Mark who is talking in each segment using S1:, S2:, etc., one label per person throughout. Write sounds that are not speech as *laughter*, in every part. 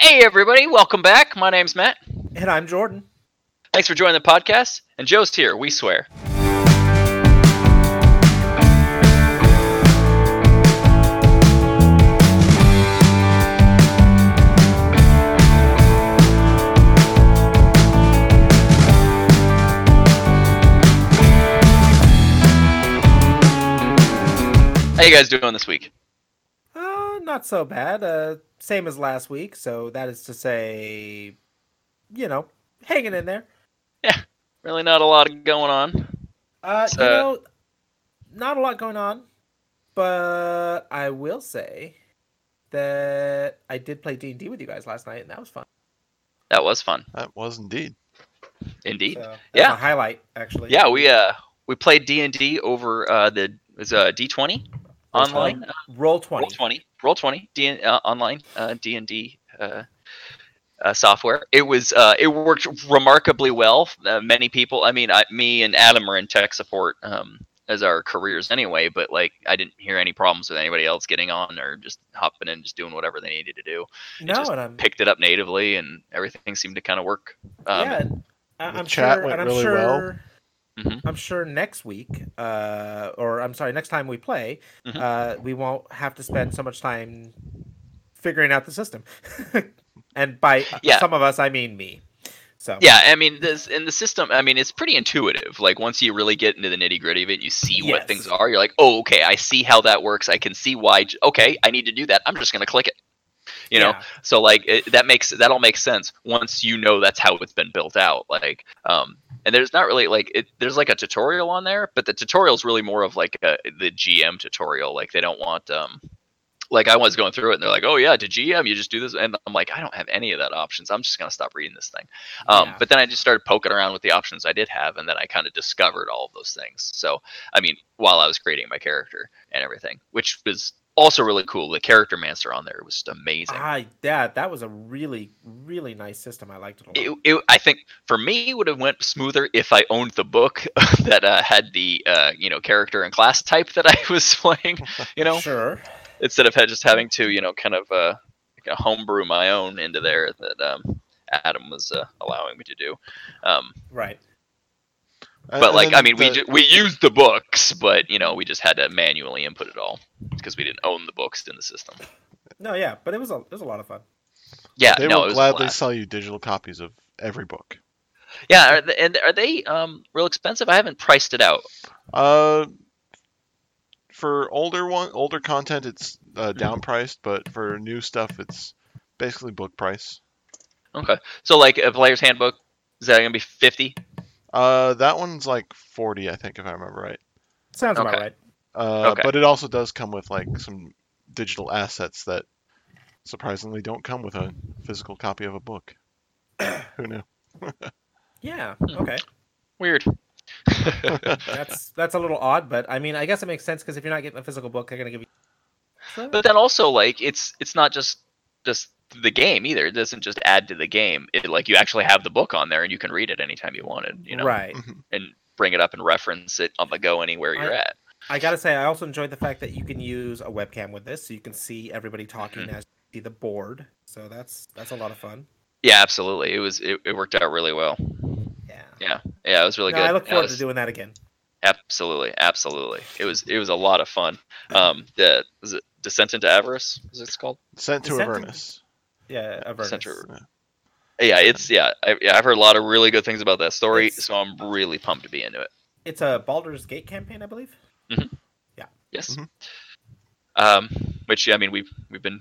S1: Hey, everybody, welcome back. My name's Matt.
S2: And I'm Jordan.
S1: Thanks for joining the podcast. And Joe's here, we swear. How you guys doing this week?
S2: Uh, not so bad. Uh, same as last week. So that is to say, you know, hanging in there.
S1: Really not a lot going on.
S2: Uh,
S1: So-
S2: you know, not a lot going on, but I will say that I did play D and D with you guys last night, and that was fun.
S1: That was fun.
S3: That was indeed.
S1: Indeed.
S2: So that was
S1: Yeah.
S2: my highlight actually.
S1: Yeah, we uh we played D and D over uh the it was uh D twenty online Uh,
S2: Roll twenty.
S1: roll twenty roll twenty D uh, online uh D and D uh. Uh, software. It was. Uh, it worked remarkably well. Uh, many people. I mean, I, me and Adam are in tech support um, as our careers anyway. But like, I didn't hear any problems with anybody else getting on or just hopping in, just doing whatever they needed to do.
S2: No,
S1: just
S2: and I'm
S1: Picked it up natively, and everything seemed to kind of work. Um,
S2: yeah, and I-
S3: The
S2: I'm
S3: chat
S2: sure,
S3: went
S2: and I'm
S3: really
S2: sure,
S3: well.
S1: Mhm.
S2: I'm sure next week, uh, or I'm sorry, next time we play,
S1: Mhm.
S2: uh, we won't have to spend so much time figuring out the system. *laughs* and by uh,
S1: Yeah.
S2: some of us, I mean me. So
S1: Yeah, I mean, this in the system. I mean, it's pretty intuitive. Like once you really get into the nitty gritty of it, you see what
S2: Yes.
S1: things are. You're like, oh, okay, I see how that works. I can see why. j- Okay, I need to do that. I'm just gonna click it. You know,
S2: yeah.
S1: so like it, that makes that all makes sense once you know that's how it's been built out. Like, um, and there's not really like it. There's like a tutorial on there, but the tutorial's really more of like a, the GM tutorial. Like they don't want um. Like I was going through it, and they're like, "Oh yeah, to GM, you just do this," and I'm like, "I don't have any of that options. I'm just gonna stop reading this thing." Um,
S2: Yeah.
S1: But then I just started poking around with the options I did have, and then I kind of discovered all of those things. So, I mean, while I was creating my character and everything, which was also really cool. The character master on there was amazing.
S2: I yeah, that was a really really nice system. I liked it a
S1: It,
S2: lot.
S1: it, I think for me it would have went smoother if I owned the book *laughs* that uh, had the uh, you know character and class type that I *laughs* was playing, you know,
S2: sure.
S1: instead of ha- just having to you know kind of uh, kind of homebrew my own into there that um, Adam was uh, allowing me to do. Um,
S2: Right.
S3: And-
S1: but
S3: and
S1: like
S3: then
S1: I mean, we
S3: the-
S1: ju- we used the books, but you know, we just had to manually input it all because we didn't own the books in the system.
S2: No, yeah, but it was a it was a lot of fun.
S1: Yeah,
S3: they
S1: no, it
S3: will
S1: was
S3: gladly
S1: glad.
S3: sell you digital copies of every book.
S1: Yeah, are they, and are they um real expensive? I haven't priced it out.
S3: Uh, for older one, older content, it's uh,
S1: Hmm.
S3: downpriced, but for new stuff, it's basically book price.
S1: Okay, so like a player's handbook is that gonna be fifty?
S3: Uh, that one's like forty, I think, if I remember right.
S2: Sounds about
S1: Okay.
S2: right.
S3: Uh,
S1: Okay.
S3: but it also does come with like some digital assets that surprisingly don't come with a physical copy of a book.
S1: *coughs*
S3: Who knew?
S2: Yeah.
S1: Hmm.
S2: Okay.
S1: Weird.
S2: That's that's a little odd, but I mean, I guess it makes sense because if you're not getting a physical book, they're gonna give you.
S1: but then also like it's it's not just just the game either. It doesn't just add to the game. It like you actually have the book on there and you can read it anytime you wanted. You know,
S2: Right.
S1: *laughs* and bring it up and reference it on the go anywhere you're
S2: I-
S1: at.
S2: I gotta say, I also enjoyed the fact that you can use a webcam with this, so you can see everybody talking
S1: Mm-hmm.
S2: as you see the board. So that's that's a lot of fun.
S1: Yeah, absolutely. It was it, it worked out really well.
S2: Yeah.
S1: Yeah, yeah, it was really
S2: No,
S1: good.
S2: I look
S1: Yeah, it
S2: forward
S1: was-
S2: to doing that again.
S1: absolutely, absolutely. It was it was a lot of fun. Um, the was it Descent into Avarice? Is it's called?
S3: Sent to
S2: Sent to-
S3: Avernus.
S2: Yeah, Avernus.
S1: Central- Yeah, it's yeah. I, yeah, I've heard a lot of really good things about that story,
S2: It's-
S1: so I'm really pumped to be into it.
S2: It's a Baldur's Gate campaign, I believe. Mm-hmm.
S1: Yes.
S3: Mhm.
S1: Um, which yeah, I mean we've we've been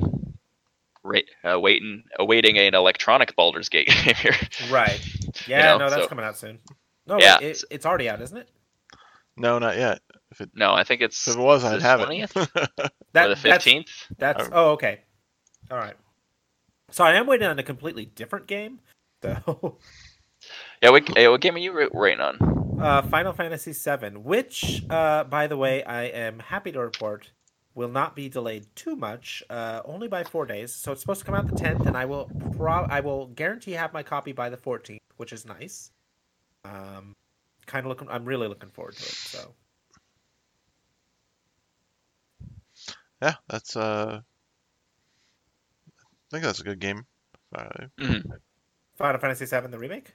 S1: ra- uh, waiting awaiting an electronic Baldur's Gate *laughs* game here.
S2: Right. *laughs* Yeah.
S1: know,
S2: no, that's
S1: so-
S2: coming out soon. No,
S1: Yeah.
S2: wait, it, it's already out, isn't it?
S3: No, not yet.
S1: No, I think it's
S3: If it was, I'd
S1: the
S3: have *laughs*
S1: 20th
S3: it.
S1: or the
S2: that's-
S1: fifteenth.
S2: That's
S3: Um,
S2: oh okay. All right. So I am waiting on a completely different game. So
S1: Yeah, what, eh, what game are you ra- rating on?
S2: uh, Final Fantasy VII, which uh, by the way, I am happy to report will not be delayed too much, uh, only by four days. So it's supposed to come out the tenth, and I will pro- I will guarantee have my copy by the fourteenth, which is nice. Um, kind of looking. I'm really looking forward to it. So
S3: yeah, that's uh, I think that's a good game. I,
S2: Final Fantasy VII, the remake.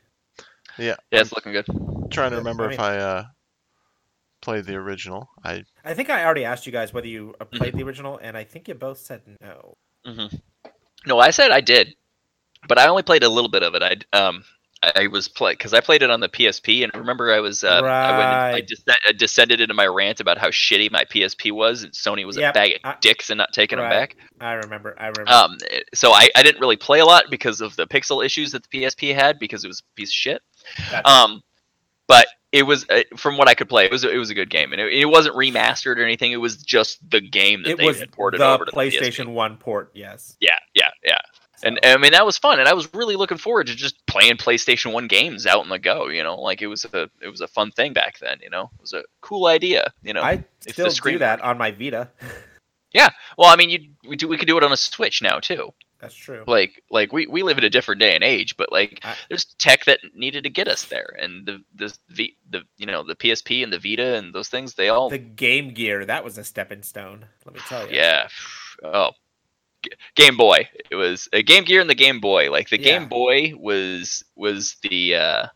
S1: Yeah, it's looking good.
S3: trying to
S2: Yeah,
S3: remember
S2: I mean-
S3: if I uh, played the original. I
S2: I think I already asked you guys whether you uh, played
S1: Mm-hmm.
S2: the original, and I think you both said no.
S1: No, I said I did, but I only played a little bit of it. I um I I was play because I played it on the PSP, and remember I was uh, I, went and- I,
S2: Right.
S1: des- I descended into my rant about how shitty my PSP was, and Sony was a
S2: Yep,
S1: bag of
S2: I-
S1: dicks and not taking
S2: right.
S1: them back.
S2: I remember. I remember.
S1: Um, it- so I, I didn't really play a lot because of the pixel issues that the PSP had because it was a piece of shit.
S2: Gotcha.
S1: Um, but it was uh, from what I could play, it was it was a good game, and it, it wasn't remastered or anything. It was just the game that
S2: it
S1: they
S2: was
S1: had ported
S2: the
S1: over to
S2: PlayStation
S1: The PSP.
S2: One port. Yes.
S1: Yeah, yeah, yeah. And,
S2: So,
S1: and I mean that was fun, and I was really looking forward to just playing PlayStation One games out on the go. You know, like it was a it was a fun thing back then. You know, it was a cool idea. You know,
S2: I
S1: Oh, the
S2: still do
S1: screen
S2: that on my Vita. *laughs*
S1: well, I mean, you we do we could do it on a Switch now too.
S2: That's true.
S1: like like we, we live in a different day and age but like
S2: I-
S1: there's tech that needed to get us there and the the, the the you know the psp and the vita and those things they all
S2: The Game Gear that was a stepping stone. Let me tell you.
S1: Oh. yeah oh G- game boy it was a game gear and the game boy like the
S2: Yeah.
S1: game boy was was the uh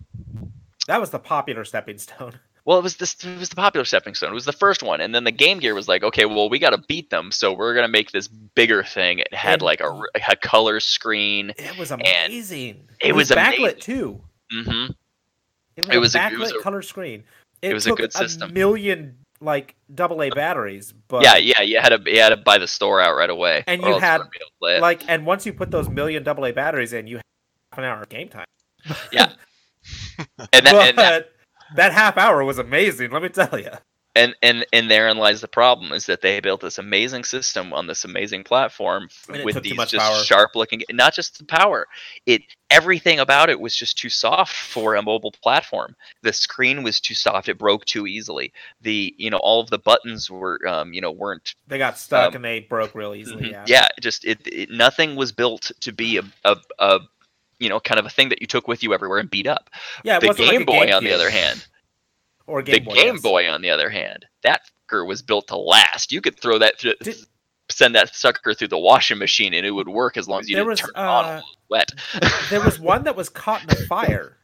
S2: That was the popular stepping stone. *laughs*
S1: well, it was this. It was the popular stepping stone. It was the first one, and then the Game Gear was like, okay, well, we got to beat them, so we're gonna make this bigger thing. It had
S2: And-
S1: like a, r- a color screen.
S2: It was amazing.
S1: it was
S2: backlit
S1: amazing.
S2: too.
S1: hmm
S2: It
S1: It was
S2: was, a
S1: a-
S2: backlit
S1: it was a-
S2: color screen.
S1: it was a
S2: took
S1: good system. Uh,
S2: million like double A batteries, but
S1: Yeah, yeah. You had to you had to buy the store out right away,
S2: And
S1: or
S2: you
S1: else
S2: had,
S1: wouldn't be able to play it.
S2: like and once you put those million double A batteries in, you have half an hour of game time.
S1: and that,
S2: but
S1: and,
S2: *laughs*
S1: that-
S2: that half hour was amazing. Let me tell you.
S1: and and and therein lies the problem is that they built this amazing system on this amazing platform f-
S2: And it
S1: with
S2: took too
S1: these
S2: much
S1: just
S2: power.
S1: sharp looking not just the power it everything about it was just too soft for a mobile platform the screen was too soft it broke too easily the you know all of the buttons were um you know weren't
S2: They got stuck
S1: Um,
S2: and they broke real easily.
S1: Mhm.
S2: Yeah.
S1: it just it, it nothing was built to be a, a a you know kind of a thing that you took with you everywhere and beat up
S2: Yeah, it
S1: the
S2: wasn't like
S1: game
S2: a
S1: boy on the
S2: GameCube
S1: other hand
S2: or a
S1: the
S2: Game Boy.
S1: Game
S2: yes.
S1: Boy, on the other hand, that fucker was built to last. You could throw that, through,
S2: Did-
S1: send that sucker through the washing machine, and it would work as long as you
S2: There
S1: didn't
S2: was,
S1: turn it on while
S2: uh,
S1: it was wet. *laughs*
S2: There was one that was caught in a fire.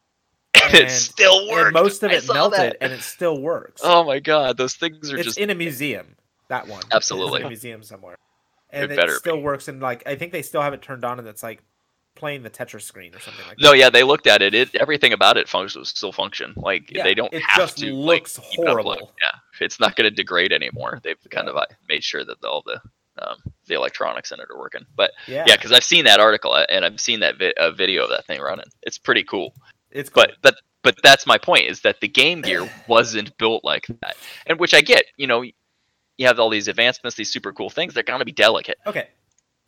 S1: and, it
S2: and-
S1: still worked.
S2: and most of
S1: I
S2: it
S1: saw
S2: melted,
S1: that.
S2: and it still works.
S1: Oh my god, those things are
S2: it's
S1: just
S2: in a museum. That one.
S1: Absolutely.
S2: It's in a museum somewhere, and
S1: It
S2: it,
S1: better
S2: still
S1: be.
S2: works. And like, I think they still have it turned on, and it's like playing the Tetris screen or something like
S1: no.
S2: that.
S1: Yeah, they looked at it. It everything about it functions still function. Like
S2: Yeah,
S1: they don't
S2: it
S1: have
S2: just
S1: to like,
S2: looks
S1: keep it up low.
S2: horrible.
S1: Yeah, it's not going to degrade anymore. They've kind
S2: Yeah.
S1: of uh, made sure that all the um, the electronics in it are working. But
S2: Yeah,
S1: yeah, because I've seen that article uh, and I've seen that vi- uh, video of that thing running. It's pretty cool.
S2: it's cool.
S1: but but but that's my point is that the game
S2: *sighs*
S1: gear wasn't built like that and which i get you know you have all these advancements these super cool things they're going to be delicate
S2: okay.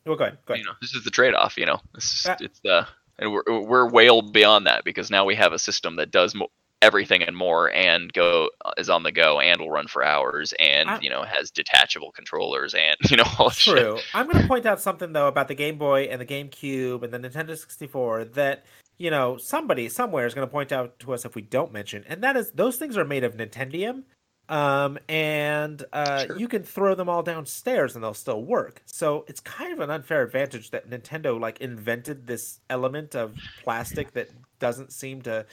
S2: Well, go ahead. Go
S1: you
S2: ahead.
S1: know this is the trade-off you know it's,
S2: Yeah.
S1: it's uh and we're we're well beyond that because now we have a system that does mo- everything and more and go uh, is on the go and will run for hours and
S2: I-
S1: you know has detachable controllers and *laughs* you know all that shit.
S2: True. I'm going to point out something though about the Game Boy and the GameCube and the Nintendo 64 that you know somebody somewhere is going to point out to us if we don't mention, and that is those things are made of Nintendium, um, and uh,
S1: Sure.
S2: you can throw them all downstairs and they'll still work. So it's kind of an unfair advantage that Nintendo like invented this element of plastic that doesn't seem to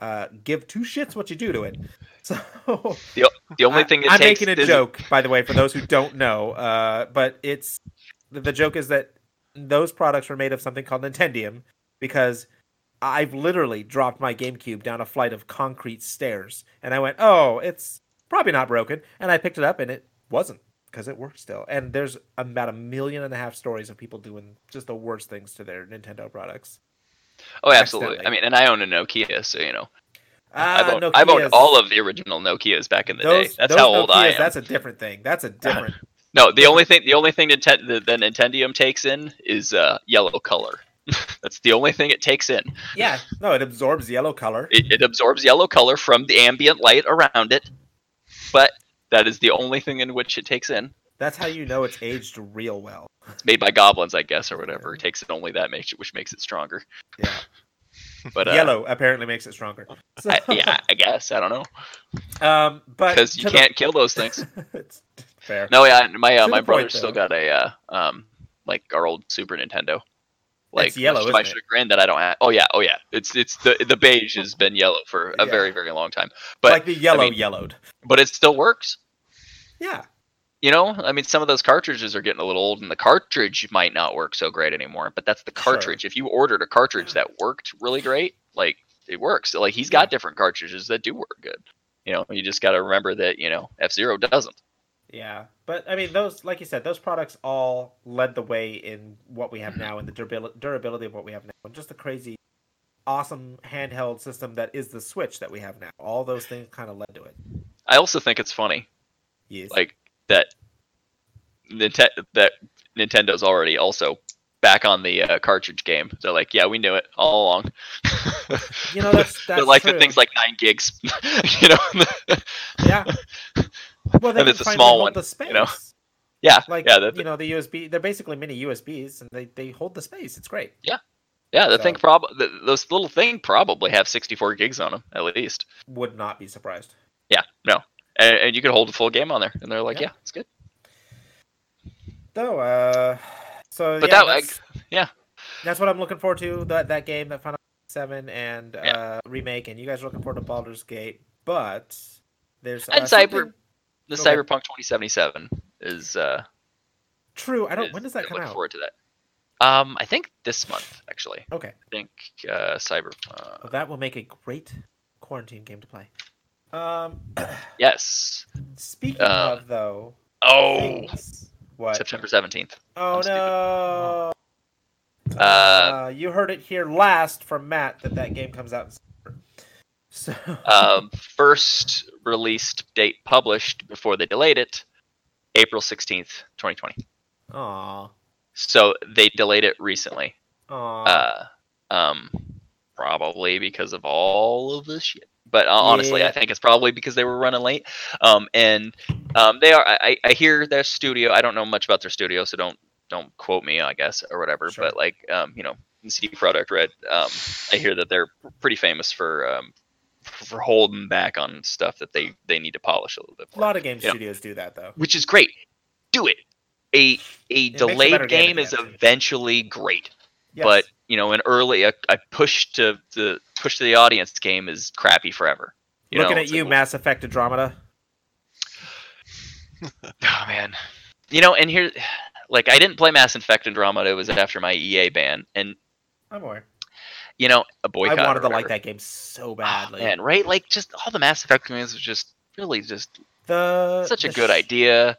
S2: uh, give two shits what you do to it. *laughs* So
S1: the only
S2: I-
S1: thing it
S2: I'm
S1: takes
S2: making a
S1: is-
S2: joke, by the way, for those who don't know. Uh, but it's the, the joke is that those products were made of something called Nintendium because I've literally dropped my GameCube down a flight of concrete stairs, and I went, "Oh, it's probably not broken," and I picked it up, and it wasn't because it worked still. And there's about a million and a half stories of people doing just the worst things to their Nintendo products.
S1: oh absolutely i
S2: accidentally.
S1: mean and i own a nokia so you know
S2: Ah,
S1: I've, owned, I've owned
S2: Nokias.
S1: all of the original nokias back in the day that's
S2: those
S1: how old i
S2: Nokias,
S1: am
S2: That's a different thing. That's
S1: *laughs*
S2: a different.
S1: No, the only thing the only thing Ninten- the, the Nintendium takes in is uh, yellow color. *laughs* That's the only thing it takes in.
S2: yeah, no, it absorbs yellow color.
S1: It, it absorbs yellow color from the ambient light around it, but that is the only thing in which it takes in.
S2: That's how you know it's aged real well.
S1: It's made by goblins, I guess, or whatever. It takes in only that makes it, which makes it stronger.
S2: Yeah. *laughs*
S1: But uh,
S2: Yellow apparently makes it stronger. So,
S1: I, yeah, I guess I don't know
S2: *laughs* Um, but
S1: because you
S2: to the- *laughs*
S1: can't kill those things.
S2: it's fair.
S1: No, yeah, my
S2: To
S1: uh,
S2: the
S1: my
S2: point,
S1: brother's still
S2: though.
S1: got a uh, um like our old Super Nintendo. Like
S2: It's yellow,
S1: much to
S2: isn't
S1: my
S2: it?
S1: chagrin that I don't have. Oh yeah, oh yeah. It's it's the the beige has been yellow for a
S2: Yeah.
S1: very very long time, but
S2: like the yellow
S1: mean-
S2: yellowed.
S1: but it still works.
S2: Yeah.
S1: You know, I mean, some of those cartridges are getting a little old, and the cartridge might not work so great anymore. But that's the
S2: Sure.
S1: cartridge. If you ordered a cartridge that worked really great, like it works. Like he's got different cartridges that do work good. You know, you just got to remember that you know F Zero doesn't.
S2: Yeah, but I mean, those, like you said, those products all led the way in what we have
S1: Mm-hmm.
S2: now and the durabil- durability of what we have now, and just the crazy, awesome handheld system that is the Switch that we have now. All those things kind of led to it.
S1: I also think it's funny
S2: Yes.
S1: like that Ninte- that Nintendo's already also back on the uh, cartridge game. They're like, yeah, we knew it all along.
S2: you know,
S1: *laughs*
S2: that's, that's
S1: They're like
S2: true.
S1: the things like nine gigs, *laughs* you know. *laughs*
S2: yeah. Well,
S1: And
S2: they can
S1: it's a
S2: finally
S1: small
S2: hold
S1: one,
S2: the space.
S1: you know? yeah,
S2: Like
S1: yeah, that,
S2: you know, the USB, they're basically mini USBs, and they they hold the space. It's great.
S1: yeah. The
S2: so-
S1: thing probably those little thing probably have 64 gigs on them at least.
S2: Would not be surprised.
S1: Yeah, no, and, and you could hold a full game on there, and they're like,
S2: Yeah.
S1: yeah, it's good.
S2: Though, uh, so
S1: But
S2: yeah,
S1: that,
S2: that's-
S1: like, yeah.
S2: that's what I'm looking forward to. That that game, that Final Fantasy Seven and
S1: Yeah.
S2: uh, remake, and you guys are looking forward to Baldur's Gate, but there's
S1: And
S2: uh,
S1: Cyber-
S2: something-
S1: The
S2: Okay.
S1: Cyberpunk 2077 is. uh
S2: True, I don't.
S1: is-
S2: When does that
S1: I
S2: come
S1: look
S2: out?
S1: Forward to that. Um, I think this month actually.
S2: Okay,
S1: I think uh, Cyberpunk.
S2: well, that will make a great quarantine game to play. Um, *clears throat*
S1: Yes.
S2: speaking
S1: Uh,
S2: of though,
S1: Oh,
S2: things, what?
S1: September 17th.
S2: oh
S1: I'm stupid.
S2: no!
S1: Uh,
S2: Uh, you heard it here last from Matt that that game comes out. In September.
S1: *laughs*
S2: So
S1: um, first released date published before they delayed it, April 16th, 2020.
S2: *laughs* Aw.
S1: So they delayed it recently.
S2: Aw.
S1: Uh, um, probably because of all of this shit. But uh, honestly,
S2: Yeah.
S1: I think it's probably because they were running late. Um, and um, they are. I, I I hear their studio. I don't know much about their studio, so don't don't quote me, I guess, or whatever.
S2: Sure.
S1: But like, um, you know, CD Product Red. Um, I hear that they're pretty famous for um, for holding back on stuff that they they need to polish a little bit
S2: a
S1: more,
S2: lot of game
S1: you know.
S2: studios do that though.
S1: which is great. Do it. A a
S2: makes a better
S1: delayed
S2: game at
S1: game
S2: the
S1: is
S2: end of the day.
S1: eventually great
S2: Yes.
S1: but you know an early a, a push to the push to the audience game is crappy forever you
S2: Looking
S1: know,
S2: at
S1: it's
S2: you,
S1: like,
S2: Mass Effect Andromeda.
S1: oh man you know and here like i didn't play mass effect andromeda it was after my ea ban and
S2: I'm aware.
S1: you know a boycott
S2: I
S1: or
S2: wanted to like
S1: whatever.
S2: that game so
S1: Ah,
S2: badly.
S1: man right like just all the mass effect games was just really just
S2: the
S1: such a
S2: Uh, the
S1: good
S2: sh-
S1: idea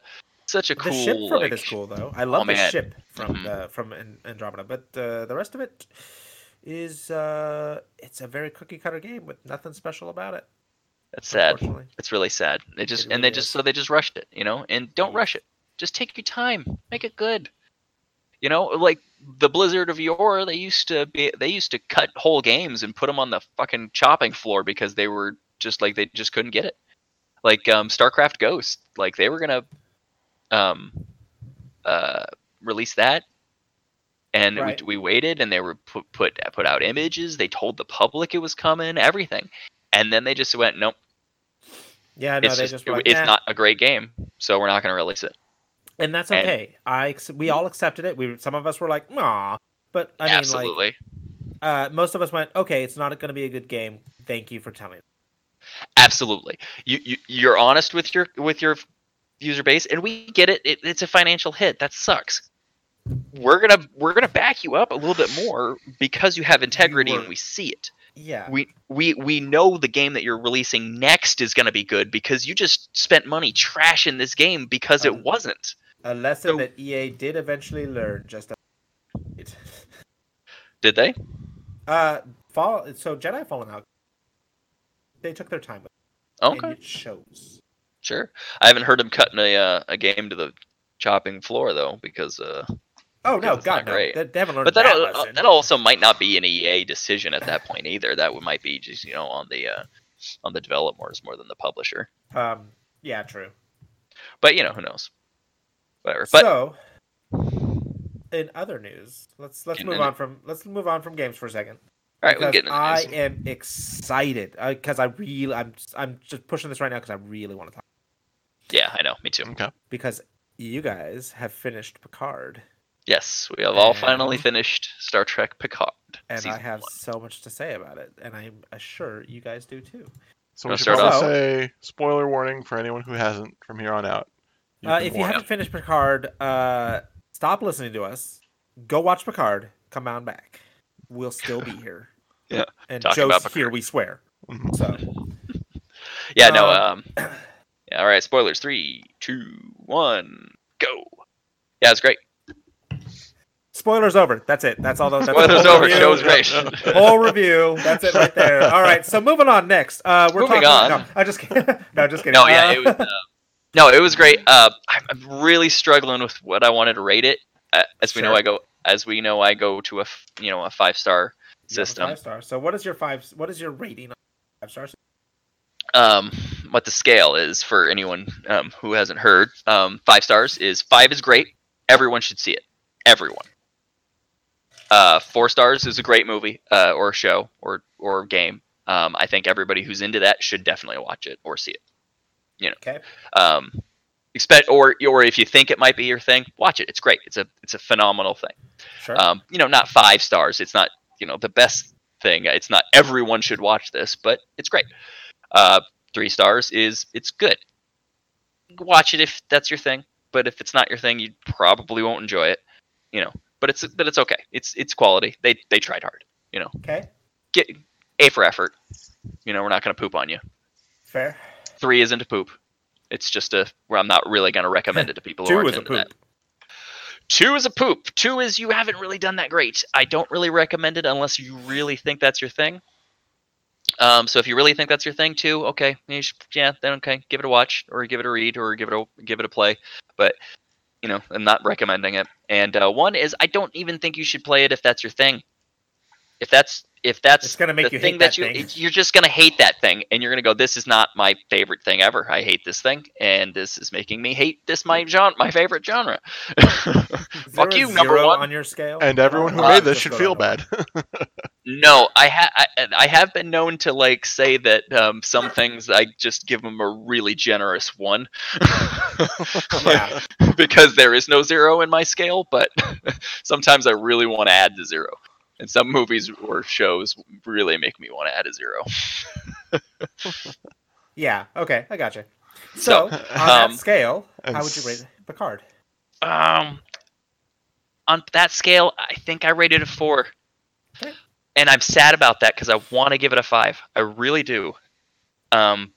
S1: such a
S2: The
S1: cool
S2: ship from
S1: like,
S2: it is cool though. I love
S1: Oh,
S2: the
S1: man.
S2: ship from
S1: Mhm.
S2: the from An- Andromeda, but uh, the rest of it is uh, it's a very cookie cutter game with nothing special about it.
S1: that's sad
S2: Unfortunately,
S1: it's really sad they just
S2: It
S1: and they
S2: really
S1: just
S2: is. Mm-hmm.
S1: so they just rushed it you know and don't
S2: Yeah.
S1: rush it just take your time make it good you know like the blizzard of yore they used to be they used to cut whole games and put them on the fucking chopping floor because they were just like they just couldn't get it like um starcraft ghost like they were gonna um uh release that and
S2: Right.
S1: we, we waited and they were put, put put out images they told the public it was coming everything and then they just went nope
S2: yeah, no,
S1: it's
S2: they
S1: just,
S2: just
S1: it-
S2: were like,
S1: it's
S2: "Nah."
S1: not a great game, so we're not going to release it.
S2: and that's
S1: and-
S2: okay. I ex- we all accepted it. We some of us were like, "Nah," but I mean, like,
S1: Absolutely,
S2: uh, most of us went, "Okay, it's not going to be a good game." Thank you for telling. me."
S1: absolutely. You, you you're honest with your with your user base, and we get it. it it's a financial hit. That sucks. We're gonna we're gonna back you up a little bit more because you have integrity
S2: were-
S1: and we see it.
S2: Yeah,
S1: We we we know the game that you're releasing next is gonna be good because you just spent money trashing this game because
S2: Um,
S1: it wasn't.
S2: a lesson
S1: So-
S2: that EA did eventually learn. Just a-
S1: Did they?
S2: *laughs* uh, fall. So Jedi Fallen Out, they took their time with it,
S1: Okay.
S2: and it shows.
S1: Sure. I haven't heard him cutting a uh, a game to the chopping floor though, because uh,
S2: Oh
S1: Because
S2: no,
S1: it's
S2: God
S1: not
S2: no,
S1: great.
S2: they, they haven't learned
S1: but that
S2: that,
S1: al-
S2: lesson.
S1: that also might not be an EA decision at that point either. That would, might be just you know on the uh, on the developers more than the publisher.
S2: um, yeah, true.
S1: But you know who knows. Whatever. But
S2: so, in other news, let's let's
S1: In-
S2: move
S1: in-
S2: on from let's move on from games for a second.
S1: all right, we can
S2: because
S1: get into
S2: I
S1: the news.
S2: am excited because I really I'm I'm just pushing this right now because I really want to talk
S1: Yeah, I know. Me too.
S3: Okay.
S2: because you guys have finished Picard.
S1: Yes, we have all
S2: And-
S1: finally finished Star Trek Picard.
S2: and I
S1: season
S2: have
S1: one.
S2: so much to say about it, and I'm sure you guys do too.
S3: So
S1: Wanna
S3: we should
S1: start
S3: probably
S2: off?
S3: say spoiler warning for anyone who hasn't from here on out.
S2: uh,
S3: can
S2: if you
S3: warn.
S2: haven't finished Picard, uh, stop listening to us. Go watch Picard. Come on back. We'll still be here.
S1: *laughs* Yeah,
S2: And
S1: talking
S2: Joe's
S1: about Mm-hmm.
S2: here. We swear.
S3: Mhm.
S2: So
S1: Yeah, no. Um,
S2: Um,
S1: yeah, all right. Spoilers. Three, two, one, go. Yeah, it's great.
S2: spoilers over. That's it. That's all. Those, that's the
S3: *laughs*
S1: Spoilers
S2: whole
S1: over.
S2: review.
S1: Show's great.
S2: Whole review. That's it right there. All right. So moving on next. Uh, we're
S1: Moving
S2: talking.
S1: on.
S2: No, I just kidding. *laughs* no, just kidding.
S1: No, yeah,
S2: Uh,
S1: it was. Uh, no, it was great. Uh, I'm- I'm really struggling with what I wanted to rate it. Uh, as we know,
S2: Sure.
S1: I go. As we know, I go to a f- you know a five star
S2: You have a
S1: system.
S2: Five star. So what is your five? What is your rating? on Five stars.
S1: um, what the scale is for anyone um, who hasn't heard. Um, five stars is five is great. Everyone should see it. Everyone. Uh, four stars is a great movie uh, or show or or game. Um, I think everybody who's into that should definitely watch it or see it. You know.
S2: Okay.
S1: Um, expect or or if you think it might be your thing, watch it. It's great. It's a it's a phenomenal thing
S2: Sure.
S1: um, you know, not five stars. It's not, you know, the best thing. It's not everyone should watch this, but it's great. Uh, three stars is it's good. Watch it if that's your thing, but if it's not your thing, you probably won't enjoy it. You know, but it's but it's okay. It's it's quality. They they tried hard.
S2: okay.
S1: Get A for effort. You know, we're not gonna poop on you.
S2: Fair.
S1: Three isn't a poop. It's just a where I'm not really gonna recommend it to people. who
S2: Two
S1: aren't
S2: is a
S1: into
S2: poop.
S1: That. Two is a poop. Two is you haven't really done that great. I don't really recommend it unless you really think that's your thing. Um, so if you really think that's your thing, two, okay, you should, yeah, then okay, give it a watch or give it a read or give it a give it a play. But you know, I'm not recommending it. And uh, one is I don't even think you should play it if that's your thing. If that's if that's
S2: It's gonna make
S1: the
S2: you
S1: thing
S2: hate
S1: that
S2: that
S1: you
S2: thing.
S1: you're just gonna hate that thing and you're gonna go this is not my favorite thing ever i hate this thing and this is making me hate this my genre my favorite genre *laughs* Fuck
S2: Zero
S1: you,
S2: is
S1: number
S2: zero
S1: one.
S2: on your scale.
S3: And everyone who
S1: Uh,
S3: made this
S2: Just
S3: should
S2: go
S3: feel
S2: down the
S3: bad. *laughs*
S1: no i ha- I, and I have been known to like say that um, some things i just give them a really generous one
S2: *laughs*
S1: *laughs*
S2: Yeah.
S1: because there is no zero in my scale but *laughs* sometimes i really want to add the zero and some movies or shows really make me want to add a zero
S2: Yeah. Okay. I gotcha.
S1: So,
S2: So, on that
S1: um,
S2: scale,
S3: and
S2: how would you
S3: s-
S2: rate Picard?
S1: Um, on that scale, I think I rated a four,
S2: Okay.
S1: and I'm sad about that because I want to give it a five. I really do. Um,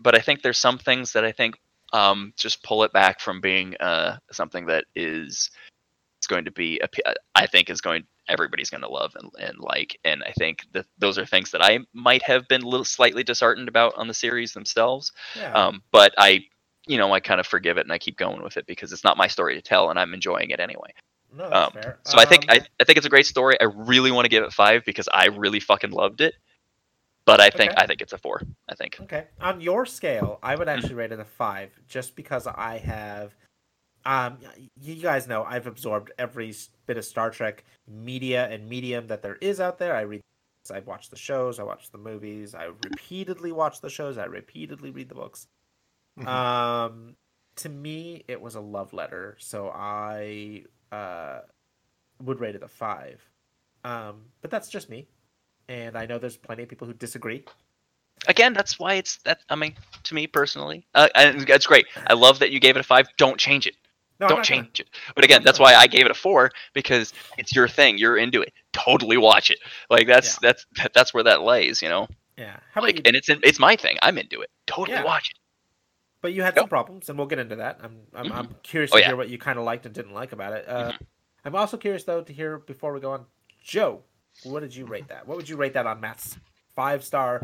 S1: but I think there's some things that I think um just pull it back from being uh something that is it's going to be a p- I think is going everybody's going to love and, and like and I think that those are things that I might have been a little slightly disheartened about on the series themselves
S2: Yeah.
S1: um, but I, you know, I kind of forgive it and I keep going with it because it's not my story to tell, and I'm enjoying it anyway.
S2: no, that's
S1: um,
S2: fair.
S1: So I think I,
S2: Um,
S1: I think it's a great story. I really want to give it five because I really fucking loved it, but I think
S2: Okay.
S1: I think it's a four. I think
S2: Okay. On your scale, I would actually rate it a five, just because I have, um, y- you guys know I've absorbed every s- bit of Star Trek media and medium that there is out there. I read, I watch the shows, I watch the movies, I repeatedly watch the shows, I repeatedly read the books.
S3: Mhm.
S2: Um, to me, it was a love letter, so I uh, would rate it a five. Um, but that's just me, and I know there's plenty of people who disagree.
S1: again, that's why it's that. I mean, to me personally, uh, and that's great. I love that you gave it a five. Don't change it.
S2: No, I'm
S1: Don't
S2: not gonna.
S1: change it. But again, that's why I gave it a four because it's your thing. You're into it. Totally watch it. Like that's that's that's where that lays. You know,
S2: Yeah. How about
S1: like
S2: you?
S1: and it's in, it's my thing. I'm into it. Totally
S2: Yeah.
S1: watch it.
S2: But you had
S1: Yep.
S2: some problems, and we'll get into that. I'm I'm, I'm curious
S1: Oh,
S2: to
S1: yeah. Mm-hmm.
S2: hear what you kind of liked and didn't like about it. Uh, I'm also curious though to hear before we go on, Joe, what did
S1: Mm-hmm.
S2: you rate that? What would you rate that on Matt's five star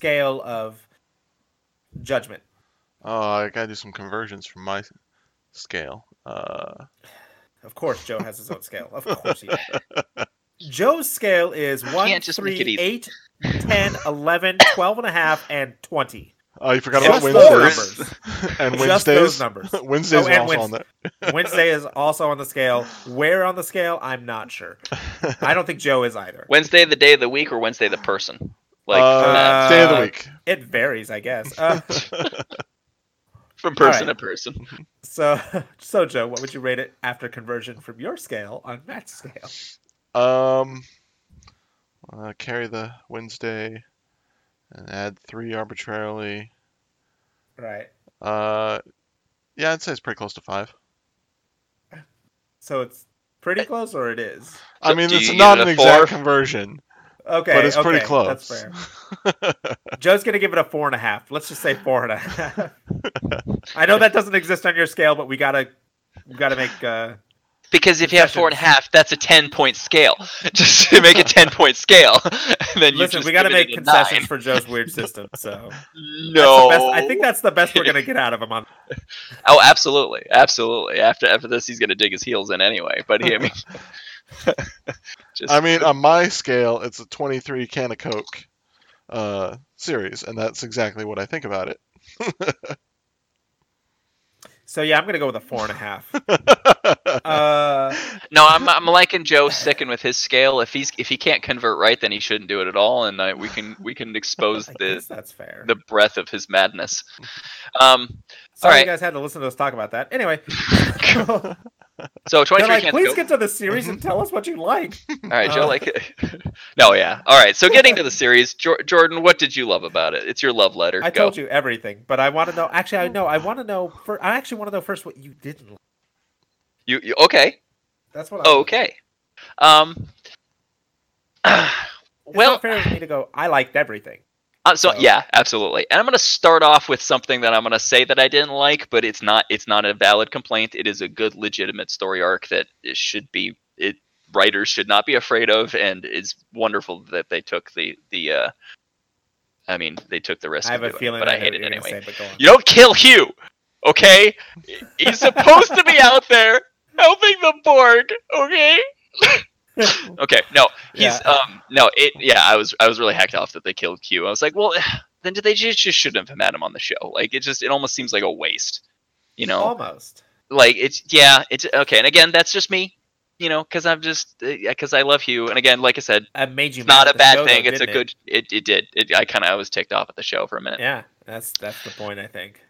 S2: scale of judgment?
S3: Oh, I gotta do some conversions from my scale. Uh,
S2: Of course, Joe has his own scale. Of course, he does.
S1: *laughs*
S2: Joe's scale is one,
S1: Can't just make it
S2: three,
S1: easy.
S2: eight, ten, eleven, twelve and a half, and twenty.
S3: oh, you forgot
S2: Just
S3: about
S2: those
S3: Wednesdays.
S2: numbers.
S3: *laughs* and
S2: Just those
S3: Wednesdays.
S2: numbers.
S3: Wednesdays
S2: Oh,
S3: are
S2: and
S3: also on
S2: Wednes-
S3: that.
S2: Wednesday is also on the scale. Where on the scale? I'm not sure. I don't think Joe is either.
S1: Wednesday the day of the week or Wednesday the person? Like
S3: uh,
S1: for that.
S3: day of the
S2: Uh,
S3: week.
S2: It varies, I guess. Uh,
S1: from person to person.
S2: So, so Joe, what would you rate it after conversion from your scale on Matt's scale?
S3: Um, uh, carry the Wednesday and add three arbitrarily.
S2: Right.
S3: Uh, yeah, I'd say it's pretty close to five.
S2: So it's pretty close, or it is.
S3: I
S1: So
S3: mean,
S1: do
S3: it's
S1: you
S3: not
S1: give
S3: an
S1: it a four?
S3: exact conversion,
S2: Okay,
S3: but it's pretty
S2: okay,
S3: close.
S2: That's fair. Joe's gonna give it a four and a half. Let's just say four and a
S3: *laughs*
S2: half. I know that doesn't exist on your scale, but we gotta, we gotta make. Uh,
S1: Because if you have four and a half, that's a ten point scale. *laughs* Just to
S2: *laughs*
S1: make a ten point scale, *laughs* and then you
S2: listen,
S1: just
S2: we gotta
S1: give it
S2: make
S1: a nine. *laughs*
S2: concessions for Joe's weird system. So
S1: No,
S2: that's the best, I think that's the best
S1: *laughs*
S2: we're gonna get out of him on
S1: Oh, absolutely, absolutely. After after this, he's gonna dig his heels in anyway. But he, I mean, *laughs* just,
S3: I mean, on my scale, it's a 23 can of Coke uh, series, and that's exactly what I think about it.
S2: So yeah, I'm gonna go with a four and
S1: *laughs*
S2: a half. uh,
S1: no, I'm I'm liking Joe sticking with his scale. If he's if he can't convert right, then he shouldn't do it at all, and I, we can we can expose
S2: *laughs* I
S1: the
S2: guess that's fair.
S1: the breadth of his madness. Um,
S2: Sorry, you
S1: alright.
S2: guys had to listen to us talk about that. Anyway,
S1: so
S2: they're
S1: 23
S2: like,
S1: cans.
S2: please
S1: go- Mm-hmm.
S2: get to the series and tell us what you like.
S1: All right, Joe.
S2: Uh,
S1: Like, *laughs* no, yeah. All right. So getting to the series, Jor- Jordan, what did you love about it? It's your love letter.
S2: I
S1: Go.
S2: told you everything, but I want to know. Actually, I know. I want to know. For I actually want to know first what you didn't. like.
S1: You, you okay?
S2: That's what. I
S1: Oh, okay. Um. *clears throat*
S2: It's
S1: well,
S2: not fair for me to go. I liked everything.
S1: Uh, so
S2: So-
S1: yeah, absolutely. And I'm going to start off with something that I'm going to say that I didn't like, but it's not it's not a valid complaint. It is a good legitimate story arc that it should be it writers should not be afraid of and it's wonderful that they took the the uh I mean, they took the risk
S2: I have
S1: of
S2: a
S1: doing
S2: feeling,
S1: it, but I
S2: know
S1: hate
S2: what
S1: it
S2: you're gonna
S1: anyway.
S2: say, but go on.
S1: You don't kill Hugh,
S2: *laughs*
S1: okay? He's supposed to be out there helping the Borg, okay?
S2: *laughs*
S1: okay, no, he's
S2: Yeah.
S1: um, no, it yeah, I was I was really hacked off that they killed Q. I was like, well, *sighs* then did they just, just shouldn't have had him on the show? Like it just it almost seems like a waste, you know?
S2: Almost.
S1: like it's yeah, it's okay. And again, that's just me, you know, because I'm just because I love Hugh. And again, like I said,
S2: I made you.
S1: it's not
S2: mad
S1: a
S2: at the
S1: bad
S2: show, though,
S1: thing. it's a
S2: didn't it?
S1: good. It it did. It, I kind of I was ticked off at the show for a minute.
S2: Yeah, that's that's the point. I
S1: *laughs*
S2: think.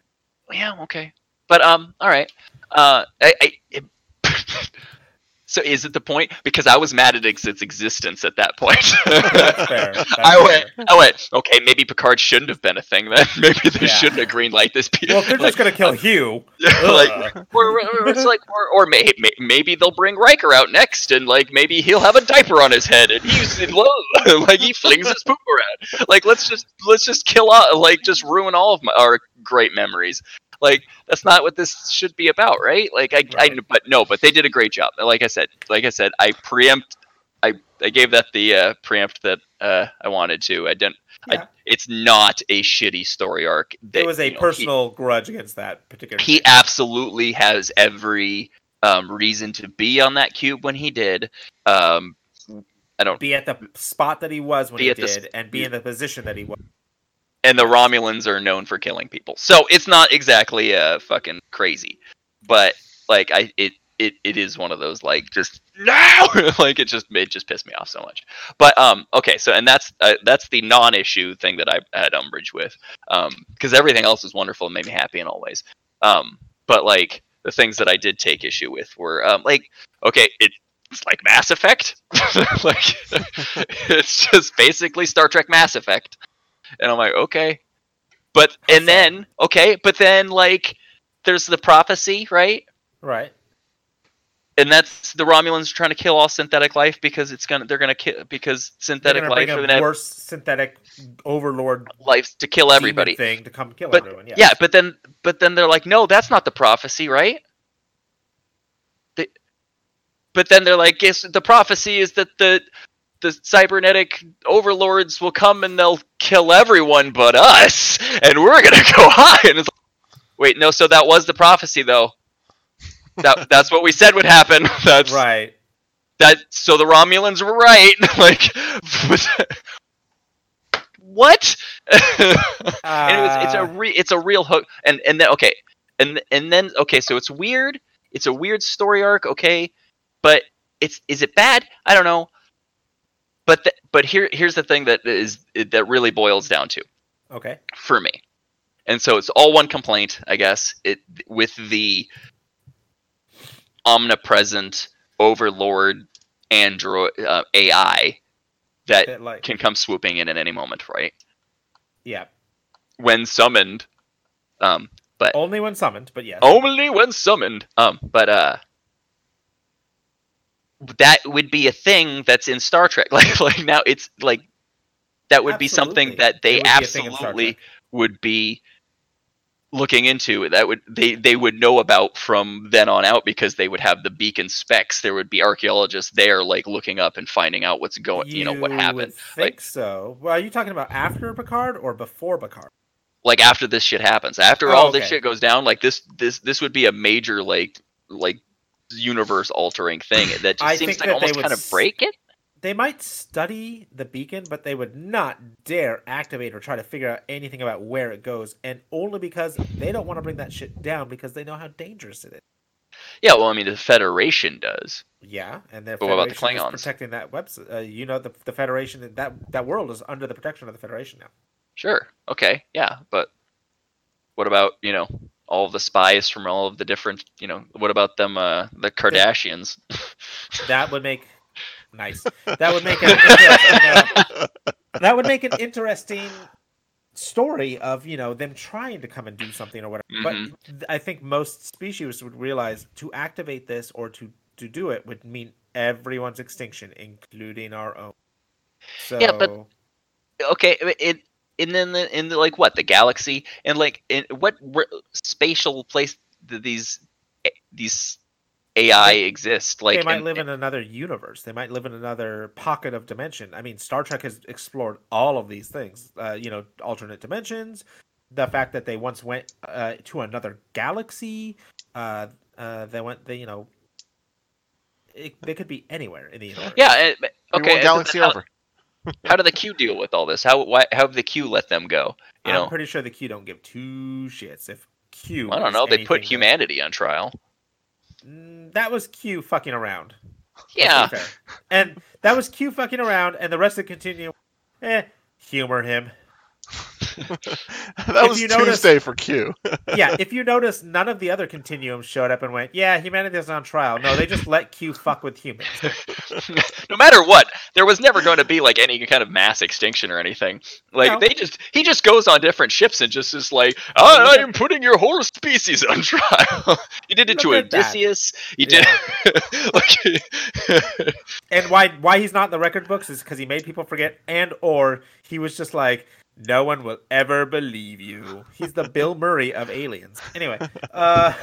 S1: yeah okay but um all right uh i, I it- *laughs* so is it the point because i was mad at its, its existence at that point
S2: *laughs* That's fair. That's
S1: i went
S2: fair.
S1: i went Oh, okay maybe picard shouldn't have been a thing then *laughs* maybe they
S2: Yeah.
S1: shouldn't have green light this people *laughs*
S2: Well, if they're just gonna kill Hugh.
S1: uh,
S2: Uh,
S1: like or, or it's like or, or maybe maybe they'll bring Riker out next and like maybe he'll have a diaper on his head and he's in love *laughs* like he flings his poop around like let's just let's just kill out like just ruin all of my, our great memories like that's not what this should be about right like I, I
S2: Right.
S1: but no but they did a great job like I said like I said I preempt I I gave that the uh, preempt that uh, I wanted to I didn't
S2: Yeah.
S1: I, it's not a shitty story arc that,
S2: It was a
S1: you know, he-
S2: personal grudge against that particular.
S1: he absolutely has every um, reason to be on that cube when he did. Um,
S2: be at the spot that he was when
S1: Be
S2: he
S1: at the
S2: did, and be in the position that he was.
S1: and the Romulans are known for killing people, so it's not exactly uh, fucking crazy, but like I it. It, it is one of those like just no *laughs* like it just it just pissed me off so much but um okay so and that's uh, that's the non-issue thing that I had umbrage with um because everything else was wonderful and made me happy in all ways um but like the things that I did take issue with were um like okay, it, it's like Mass Effect. *laughs* like *laughs* it's just basically Star Trek Mass Effect. And I'm like, okay. But and then okay, but then like there's the prophecy, right?
S2: Right.
S1: And that's the Romulans are trying to kill all synthetic life because it's gonna they're gonna kill because
S2: They're
S1: synthetic
S2: gonna
S1: life
S2: bring
S1: are
S2: a
S1: gonna have
S2: worse synthetic overlord
S1: lives to kill
S2: demon
S1: everybody.
S2: thing to come kill
S1: But-
S2: everyone.
S1: Yeah, but then but then they're like, no, that's not the prophecy, right? They, but then they're like, guess the prophecy is that the the cybernetic overlords will come and they'll kill everyone but us, and we're gonna go *laughs* high. And it's like, wait, no, so that was the prophecy though. That that's what we said would happen. *laughs* That's
S2: Right.
S1: that so the Romulans were right. *laughs* like what? *laughs* and it was, it's a
S2: Uh,
S1: re, it's a real hook and and then okay and and then okay so it's weird it's a weird story arc okay but it's is it bad i don't know but the, but here here's the thing that is that really boils down to
S2: Uh, okay.
S1: for me And so it's all one complaint, I guess. It with the omnipresent overlord android uh, AI that
S2: Bit like,
S1: can come swooping in at any moment, right?
S2: yeah.
S1: When summoned, um,
S2: Only when summoned, but yes.
S1: only when summoned. Um, but uh, that would be a thing that's in Star Trek. *laughs* Like, like now it's like that would be something
S2: Absolutely.
S1: that they
S2: It would be a thing in Star
S1: absolutely
S2: Trek.
S1: would be looking into. That would they they would know about from then on out because they would have the beacon specs. There would be archaeologists there, like looking up and finding out what's going. You, know what
S2: would
S1: happened.
S2: Think so. Well, are you talking about after Picard or before Picard?
S1: Like after this shit happens, after
S2: Oh,
S1: all this
S2: okay.
S1: shit goes down, like this this this would be a major like like universe altering thing that
S2: I
S1: just
S2: think
S1: seems like
S2: that they
S1: almost
S2: would
S1: kind of
S2: s-
S1: break it.
S2: They might study the beacon, but they would not dare activate or try to figure out anything about where it goes, and only because they don't want to bring that shit down because they know how dangerous it is.
S1: Yeah, well, I mean, the Federation does.
S2: Yeah, and their
S1: But what about the
S2: Federation is
S1: Klingons?
S2: protecting that website. Uh, you know, the, the Federation that that world is under the protection of the Federation now.
S1: Sure. Okay. Yeah, but what about you know all the spies from all of the different you know what about them uh the Kardashians?
S2: That would make nice. That would make an interesting, uh, that would make an interesting story of you know them trying to come and do something or whatever.
S1: Mhm.
S2: But th- I think most species would realize to activate this or to to do it would mean everyone's extinction, including our own. So
S1: Yeah, but- *laughs* okay, i- it and then the, in the, like what the galaxy and like in what re- spatial place th- these eh, these AI
S2: They-
S1: exist? Like
S2: they might
S1: and-
S2: live in another universe. They might live in another pocket of dimension. I mean, Star Trek has explored all of these things. Uh, you know, alternate dimensions, the fact that they once went uh, to another galaxy. Uh, uh, they went. They you know, it, they could be anywhere in the universe.
S1: yeah. and-
S3: We
S1: okay.
S3: won
S1: but
S3: galaxy
S1: how,
S3: over. *laughs*
S1: how do the Q deal with all this? How why how have the Q let them go? You
S2: I'm
S1: know,
S2: pretty sure the Q don't give two shits if Q.
S1: I don't
S2: was
S1: know. They put
S2: anything-
S1: humanity on trial.
S2: Mm, That was Q fucking around.
S1: Yeah.
S2: Let's be fair. And that was Q fucking around, and the rest of the continuum, eh, humor him.
S3: that
S2: if
S3: was
S2: you
S3: Tuesday
S2: notice-
S3: for
S1: *laughs*
S3: Q. *laughs*
S2: yeah, if you notice, none of the other continuums showed up and went, yeah, humanity is on trial. No, they just let Q fuck with humans.
S1: no matter what, there was never going to be like any kind of mass extinction or anything. Like
S2: No.
S1: they just he just goes on different ships and just is like, I,
S2: Look
S1: am putting your whole species on *laughs* trial. he did it to
S2: Look at that.
S1: Odysseus. He did *laughs* like *laughs*
S2: And why why he's not in the record books is because he made people forget, and or he was just like, no one will ever believe you. He's the Bill Murray of aliens. Anyway, uh,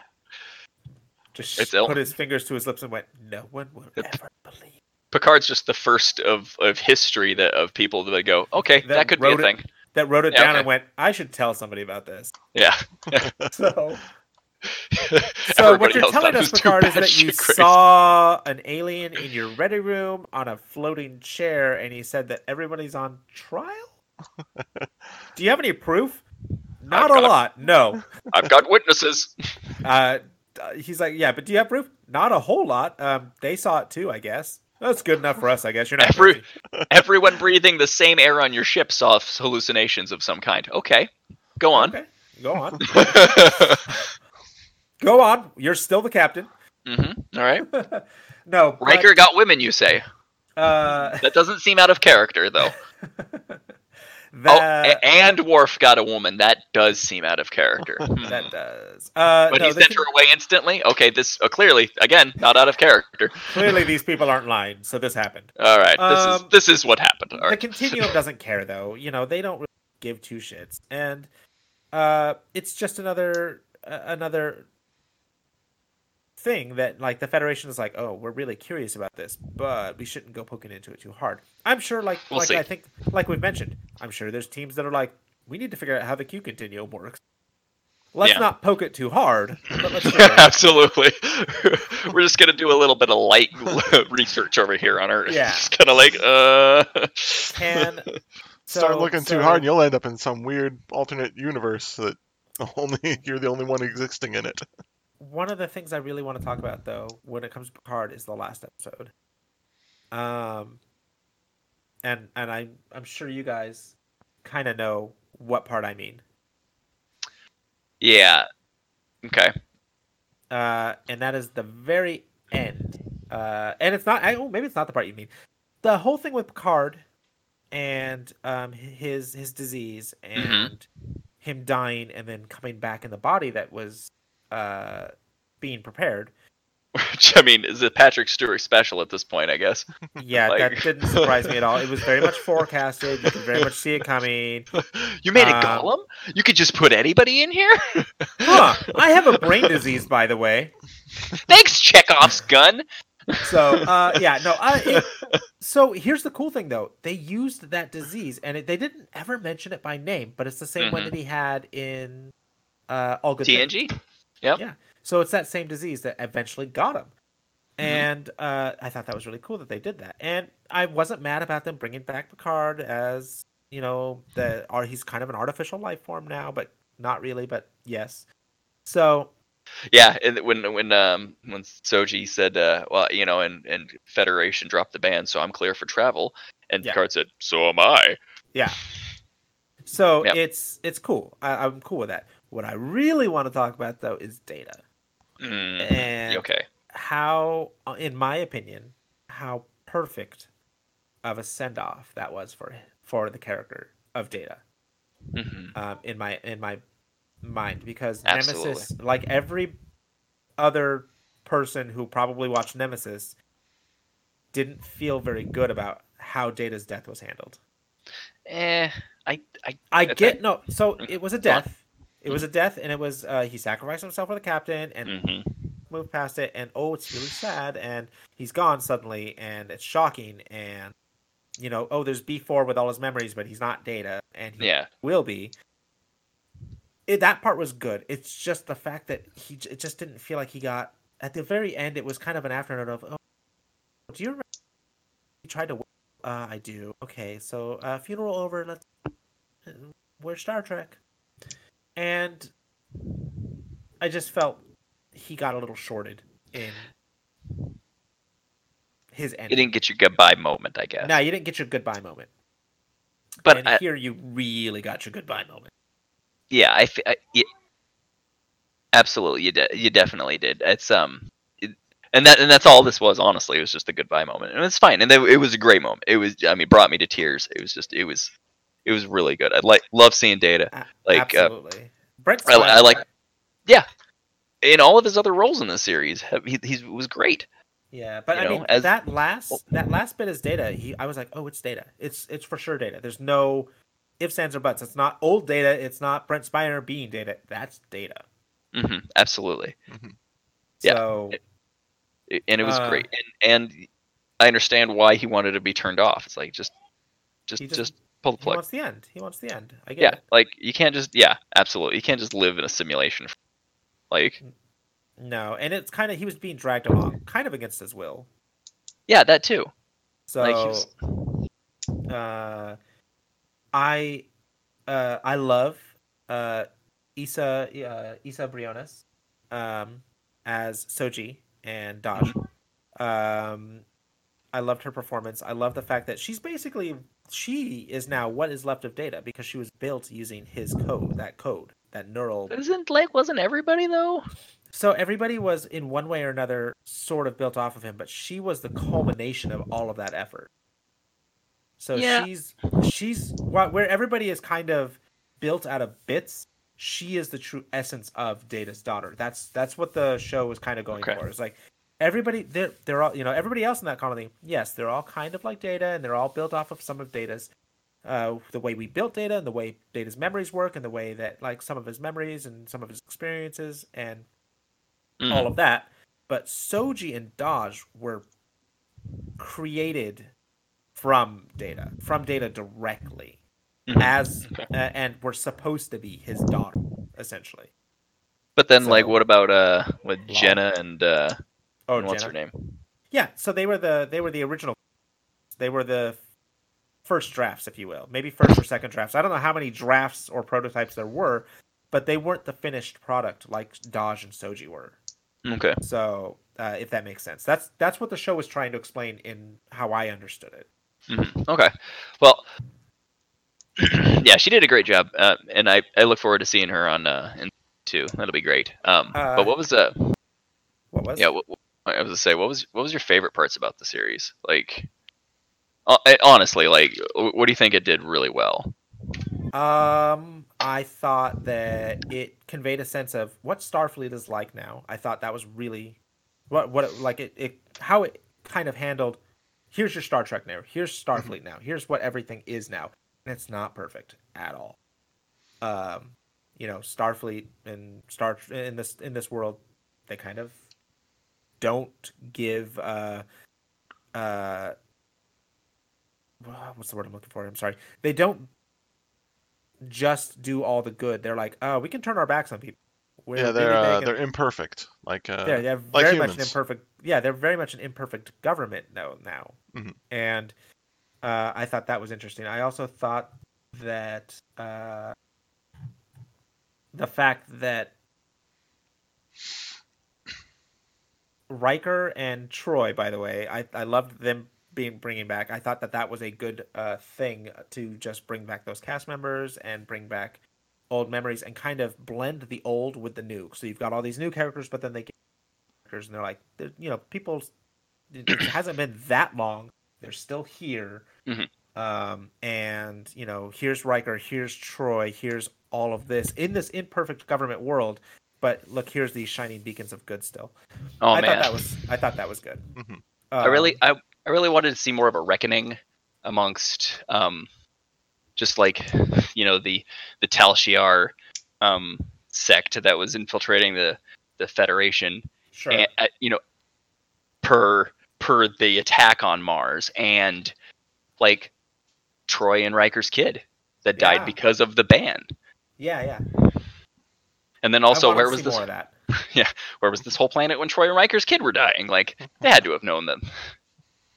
S2: *laughs* just
S1: It's
S2: put
S1: ill.
S2: his fingers to his lips and went, no one will ever believe.
S1: Picard's just the first of of history that of people that go, okay,
S2: That
S1: that, could be a
S2: wrote it-
S1: thing.
S2: That wrote it
S1: Yeah,
S2: down
S1: okay.
S2: and went, I should tell somebody about this.
S1: Yeah.
S2: *laughs* So.
S1: *laughs*
S2: So what
S1: Everybody
S2: you're
S1: else thought
S2: telling
S1: it
S2: us,
S1: was too
S2: Picard, is
S1: bad
S2: that you
S1: shit crazy.
S2: saw an alien in your ready room on a floating chair, and he said that everybody's on trial.
S1: *laughs*
S2: Do you have any proof? Not
S1: I've
S2: a
S1: got a- *laughs*
S2: lot. No.
S1: I've got
S2: *laughs*
S1: witnesses.
S2: Uh, uh, he's like, yeah, but do you have proof? Not a whole lot. Um, they saw it too, I guess. That's good enough for us, I guess. You're not
S1: Every-
S2: crazy.
S1: Everyone breathing the same air on your ship saw hallucinations of some kind. Okay. Go on.
S2: Okay, go on. Go on. You're still the captain.
S1: *laughs* Mm-hmm. All right.
S2: No, but,
S1: Riker got women, you say.
S2: Uh, *laughs*
S1: That doesn't seem out of character, though.
S2: the,
S1: oh, a- and Worf got a woman. That does seem out of
S2: *laughs*
S1: character. Hmm.
S2: that does. Uh,
S1: but
S2: no,
S1: he
S2: they
S1: sent
S2: can-
S1: her away instantly. Okay, this uh, clearly again not out of character. *laughs*
S2: Clearly, these people aren't lying, so this happened.
S1: All right, this
S2: Um,
S1: is this is what happened. All
S2: The
S1: right, *laughs*
S2: continuum doesn't care, though. You know, they don't really give two shits, and uh, it's just another uh, another thing that like the Federation is like, oh, we're really curious about this, but we shouldn't go poking into it too hard. I'm sure, like
S1: We'll
S2: like
S1: see.
S2: I think like we've mentioned, I'm sure there's teams that are like, we need to figure out how the Q continuum works. Let's
S1: Yeah.
S2: not poke it too hard, but
S1: *laughs*
S2: let's figure it out.
S1: absolutely. *laughs* We're just gonna do a little bit of light *laughs* research over here on Earth.
S2: Yeah.
S1: just kind of like uh. *laughs*
S2: Can
S3: Start
S2: so-
S3: looking
S2: so-
S3: too hard, and you'll end up in some weird alternate universe that *laughs* only you're the only one existing in it.
S2: one of the things I really want to talk about though when it comes to Picard is the last episode. Um and and I I'm sure you guys kind of know what part I mean.
S1: Yeah. Okay.
S2: Uh, and that is the very end. Uh, and it's not. I, oh, maybe it's not the part you mean. The whole thing with Picard and um, his his disease and him dying and then coming back in the body that was uh, being prepared.
S1: Which I mean is a Patrick Stewart special at this point, I guess.
S2: Yeah, that
S1: Like-
S2: didn't surprise me at all. It was very much forecasted. You could very much see it coming.
S1: You made a
S2: Um,
S1: golem? You could just put anybody in here? *laughs*
S2: Huh? I have a brain disease, by the way.
S1: Thanks, Chekhov's gun.
S2: So uh, yeah, no. I, it- so here's the cool thing, though. They used that disease, and it, they didn't ever mention it by name, but it's the same one
S1: Mhm.
S2: that he had in uh, All Good Things.
S1: TNG?
S2: So it's that same disease that eventually got him.
S1: Mhm.
S2: And uh, I thought that was really cool that they did that. And I wasn't mad about them bringing back Picard as you know the
S1: Mm-hmm.
S2: or he's kind of an artificial life form now, but not really, but yes. So
S1: Yeah, and when when um when Soji said, uh, well, you know, and and Federation dropped the ban, so I'm clear for travel, and
S2: Yeah.
S1: Picard said, so am I.
S2: so
S1: Yep.
S2: it's it's cool. I, I'm cool with that. What I really want to talk about though is data
S1: Mm,
S2: and
S1: okay.
S2: how, uh, in my opinion, how perfect of a send off that was for for the character of Data.
S1: Mhm.
S2: um, in my in my mind because
S1: Absolutely.
S2: Nemesis, like every other person who probably watched Nemesis, didn't feel very good about how Data's death was handled.
S1: Eh, I I
S2: I
S1: Okay.
S2: get no, so it was a
S1: Mm-hmm. Go on.
S2: death. It was a death, and it was uh, he sacrificed himself for the captain and
S1: mhm.
S2: moved past it. And oh, it's really sad, and he's gone suddenly, and it's shocking, and you know, oh, there's B four with all his memories, but he's not Data, and he
S1: yeah.
S2: will be. It, that part was good. It's just the fact that he j- it just didn't feel like he got at the very end. It was kind of an afternoon of, oh, do you remember he tried to? w- Uh, I do. Okay, so uh, funeral over. Let's we're Star Trek, and I just felt he got a little shorted in his
S1: You
S2: ending.
S1: didn't get your goodbye moment, I guess.
S2: Now you didn't get your goodbye moment,
S1: but
S2: and
S1: I,
S2: here you really got your goodbye moment.
S1: yeah, I, th- I y- absolutely you de- you definitely did. It's um it- and that and that's all this was honestly. It was just a goodbye moment. And it's fine. And then it was a great moment. It was I mean, brought me to tears. It was just it was it was really good. I like love seeing Data.
S2: A-
S1: Like uh,
S2: Absolutely. Brent's
S1: I, I
S2: smiling.
S1: like yeah. In all of his other roles in the series, have- he he was great.
S2: Yeah, but
S1: you
S2: I
S1: know,
S2: mean
S1: as- Oh.
S2: that last that last bit is data. He I was like, "Oh, it's data. It's it's for sure data. There's no ifs, ands or buts. It's not old data, it's not Brent Spiner being data. That's data."
S1: hmm absolutely. Yeah.
S2: So
S1: It- and it was
S2: Uh,
S1: great. And, and I understand why he wanted to be turned off. It's like just just
S2: He
S1: just,
S2: just-
S1: pull the
S2: he
S1: plug.
S2: wants the end. He wants the end. I get
S1: yeah
S2: it.
S1: like you can't just yeah absolutely you can't just live in a simulation
S2: Mm-hmm.
S1: like
S2: No, and it's kind of he was being dragged along kind of against his will.
S1: yeah that too
S2: So
S1: like he was,
S2: uh, I uh, I love uh, Issa uh, Issa Briones um, as Soji and Dodge. Um, I loved her performance. I love the fact that she's basically she is now what is left of Data because she was built using his code, that code, that neural.
S1: isn't like wasn't everybody though
S2: So everybody was in one way or another sort of built off of him, but she was the culmination of all of that effort. So
S1: Yeah.
S2: she's she's wh- where everybody is kind of built out of bits. She is the true essence of Data's daughter. That's that's what the show was kind of going
S1: Okay.
S2: for. It's like everybody they're they're all you know everybody else in that colony. Yes, they're all kind of like Data, and they're all built off of some of Data's uh, the way we built data and the way data's memories work and the way that like some of his memories and some of his experiences and
S1: Mm.
S2: all of that. But Soji and Dodge were created from data, from data directly,
S1: Mhm.
S2: as
S1: Okay.
S2: uh, and were supposed to be his daughter essentially.
S1: but then like
S2: so-
S1: what about uh with
S2: Law.
S1: jenna and uh
S2: Oh,
S1: and what's
S2: Jenna.
S1: her name
S2: Yeah, so they were the they were the original. They were the first drafts, if you will, maybe first or second drafts. I don't know how many drafts or prototypes there were, but they weren't the finished product like Dodge and Soji were.
S1: okay
S2: So uh, if that makes sense, that's that's what the show was trying to explain in how I understood it.
S1: Mhm. okay well Mm-hmm. *clears throat* yeah, she did a great job, uh, and I, I look forward to seeing her on uh, in two. That'll be great. Um,
S2: Uh,
S1: but what was uh
S2: What was?
S1: yeah? What, what- I was gonna say, what was what was your favorite parts about the series? Like, uh, I- honestly, like, wh- what do you think it did really well?
S2: Um, I thought that it conveyed a sense of what Starfleet is like now. I thought that was really what what it, like it, it how it kind of handled. Here's your Star Trek now. Here's
S3: Mm-hmm.
S2: Starfleet now. Here's what everything is now, and it's not perfect at all. Um, you know, Starfleet and Star in this in this world, they kind of don't give uh uh what's the word I'm looking for? I'm sorry. They don't just do all the good. They're like, oh, we can turn our backs on people. We're
S3: yeah, they're
S2: really big
S3: uh,
S2: and-
S3: they're imperfect. Like uh,
S2: they're, they're
S3: like
S2: very much an
S3: humans.
S2: imperfect. Yeah, they're very much an imperfect government now. Now,
S3: Mhm.
S2: and uh, I thought that was interesting. I also thought that uh, the fact that Riker and Troy, by the way, I I loved them being bringing back. I thought that that was a good uh, thing to just bring back those cast members and bring back old memories and kind of blend the old with the new. So you've got all these new characters, but then they get characters and they're like, they're- you know, people. It it hasn't been that long. They're still here.
S1: Mhm.
S2: Um, and you know, here's Riker, here's Troy, here's all of this in this imperfect government world. But look, here's these shining beacons of good still.
S1: Oh
S2: I
S1: man,
S2: thought that was I thought that was good.
S3: Mhm.
S1: I really
S2: Um,
S1: I, I really wanted to see more of a reckoning amongst um just like you know the the Tal Shiar um sect that was infiltrating the the federation
S2: sure.
S1: and, uh, you know per per the attack on Mars and like Troy and Riker's kid that died
S2: Yeah.
S1: because of the ban.
S2: yeah, yeah.
S1: And then
S2: I
S1: also
S2: wanted
S1: where
S2: to
S1: was
S2: see
S1: this
S2: more of that?
S1: where was this whole planet when Troy and Riker's kid were dying? Like they had to have known
S2: *laughs*
S1: them.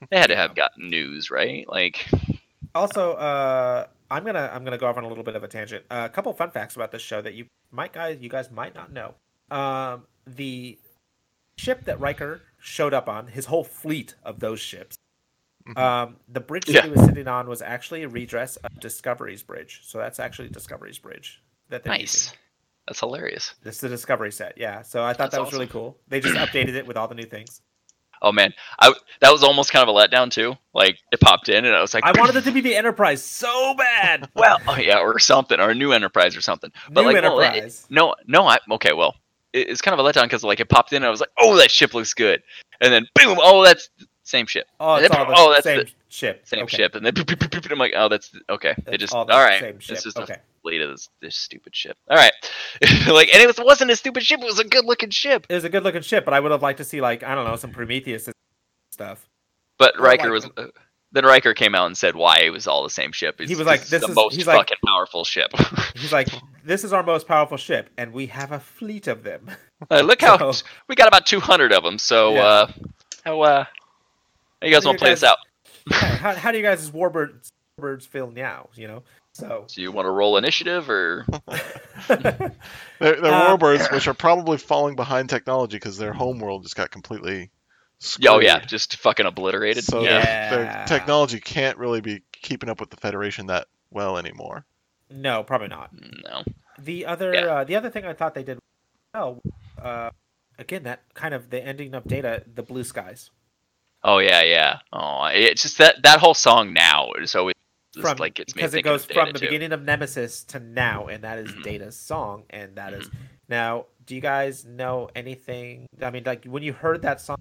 S1: They had to have gotten news, right? Like
S2: Also, uh, I'm gonna I'm gonna go off on a little bit of a tangent. Uh, a couple fun facts about this show that you might guys you guys might not know. Um, the ship that Riker showed up on, his whole fleet of those ships.
S3: Mhm.
S2: Um, the bridge that
S1: Mm-hmm. Yeah.
S2: he was sitting on was actually a redress of Discovery's bridge. So that's actually Discovery's bridge that they're using.
S1: Nice. That's hilarious.
S2: This is the Discovery set, yeah. So I thought
S1: That's
S2: that was really cool. They just updated it with all the new things.
S1: Oh man, I that was almost kind of a letdown too. Like it popped in and I was *clears throat* like,
S2: I wanted it to be the Enterprise so bad.
S1: *laughs* well, oh yeah, or something, or a new enterprise or something. *laughs* But
S2: new
S1: like, no, it-
S2: Enterprise.
S1: no, no, I okay, well, it, it's kind of a letdown because like it popped in and I was like, oh, that ship looks good, and then boom, oh, that's the same ship,
S2: Oh, it's all the
S1: Oh, that's
S2: same
S1: the-
S2: ship.
S1: same
S2: Okay.
S1: ship, and then boop, boop, boop, boop, and I'm like, oh, that's the- okay. It
S2: That's
S1: just
S2: all
S1: all
S2: the
S1: right,
S2: same ship.
S1: it's just
S2: okay.
S1: a fleet of this, this stupid ship. All right, *laughs* like, and it wasn't a stupid ship; it was a good looking ship.
S2: It was a good looking ship, but I would have liked to see like I don't know some Prometheus stuff.
S1: But
S2: I like
S1: Riker was.
S2: it.
S1: Uh, then Riker came out and said why it was all the same ship.
S2: He was like,
S1: it's
S2: this
S1: the
S2: is-
S1: most
S2: he's like-
S1: fucking powerful ship." *laughs*
S2: He's like, "This is our most powerful ship, and we have a fleet of them." *laughs*
S1: Uh, look how
S2: So-
S1: we got about 200 of them. So
S2: Yeah.
S1: uh, how uh, how you
S2: How
S1: guys
S2: do
S1: want
S2: you
S1: to play this
S2: guys-
S1: out?
S2: Yeah, how, how do you guys' warbirds birds feel now? You know, so
S1: Do you want to roll initiative or?
S3: They're, they're
S2: Um,
S3: warbirds, which are probably falling behind technology because their homeworld just got completely. Screwed.
S1: Oh yeah, just fucking obliterated.
S3: So
S1: yeah.
S3: their,
S2: Yeah.
S3: their technology can't really be keeping up with the Federation that well anymore.
S2: no, probably not.
S1: No.
S2: The other
S1: Yeah.
S2: uh, the other thing I thought they did well, uh, again that kind of the ending of Data, the blue skies
S1: Oh yeah, yeah. Oh, it's just that that whole song now is always just,
S2: from
S1: like gets me
S2: because it
S1: thinking
S2: goes
S1: of Data,
S2: from the
S1: too.
S2: beginning of Nemesis to now, and that is
S1: Mhm.
S2: Data's song, and that
S1: Mm-hmm.
S2: is now. Do you guys know anything? I mean, like when you heard that song,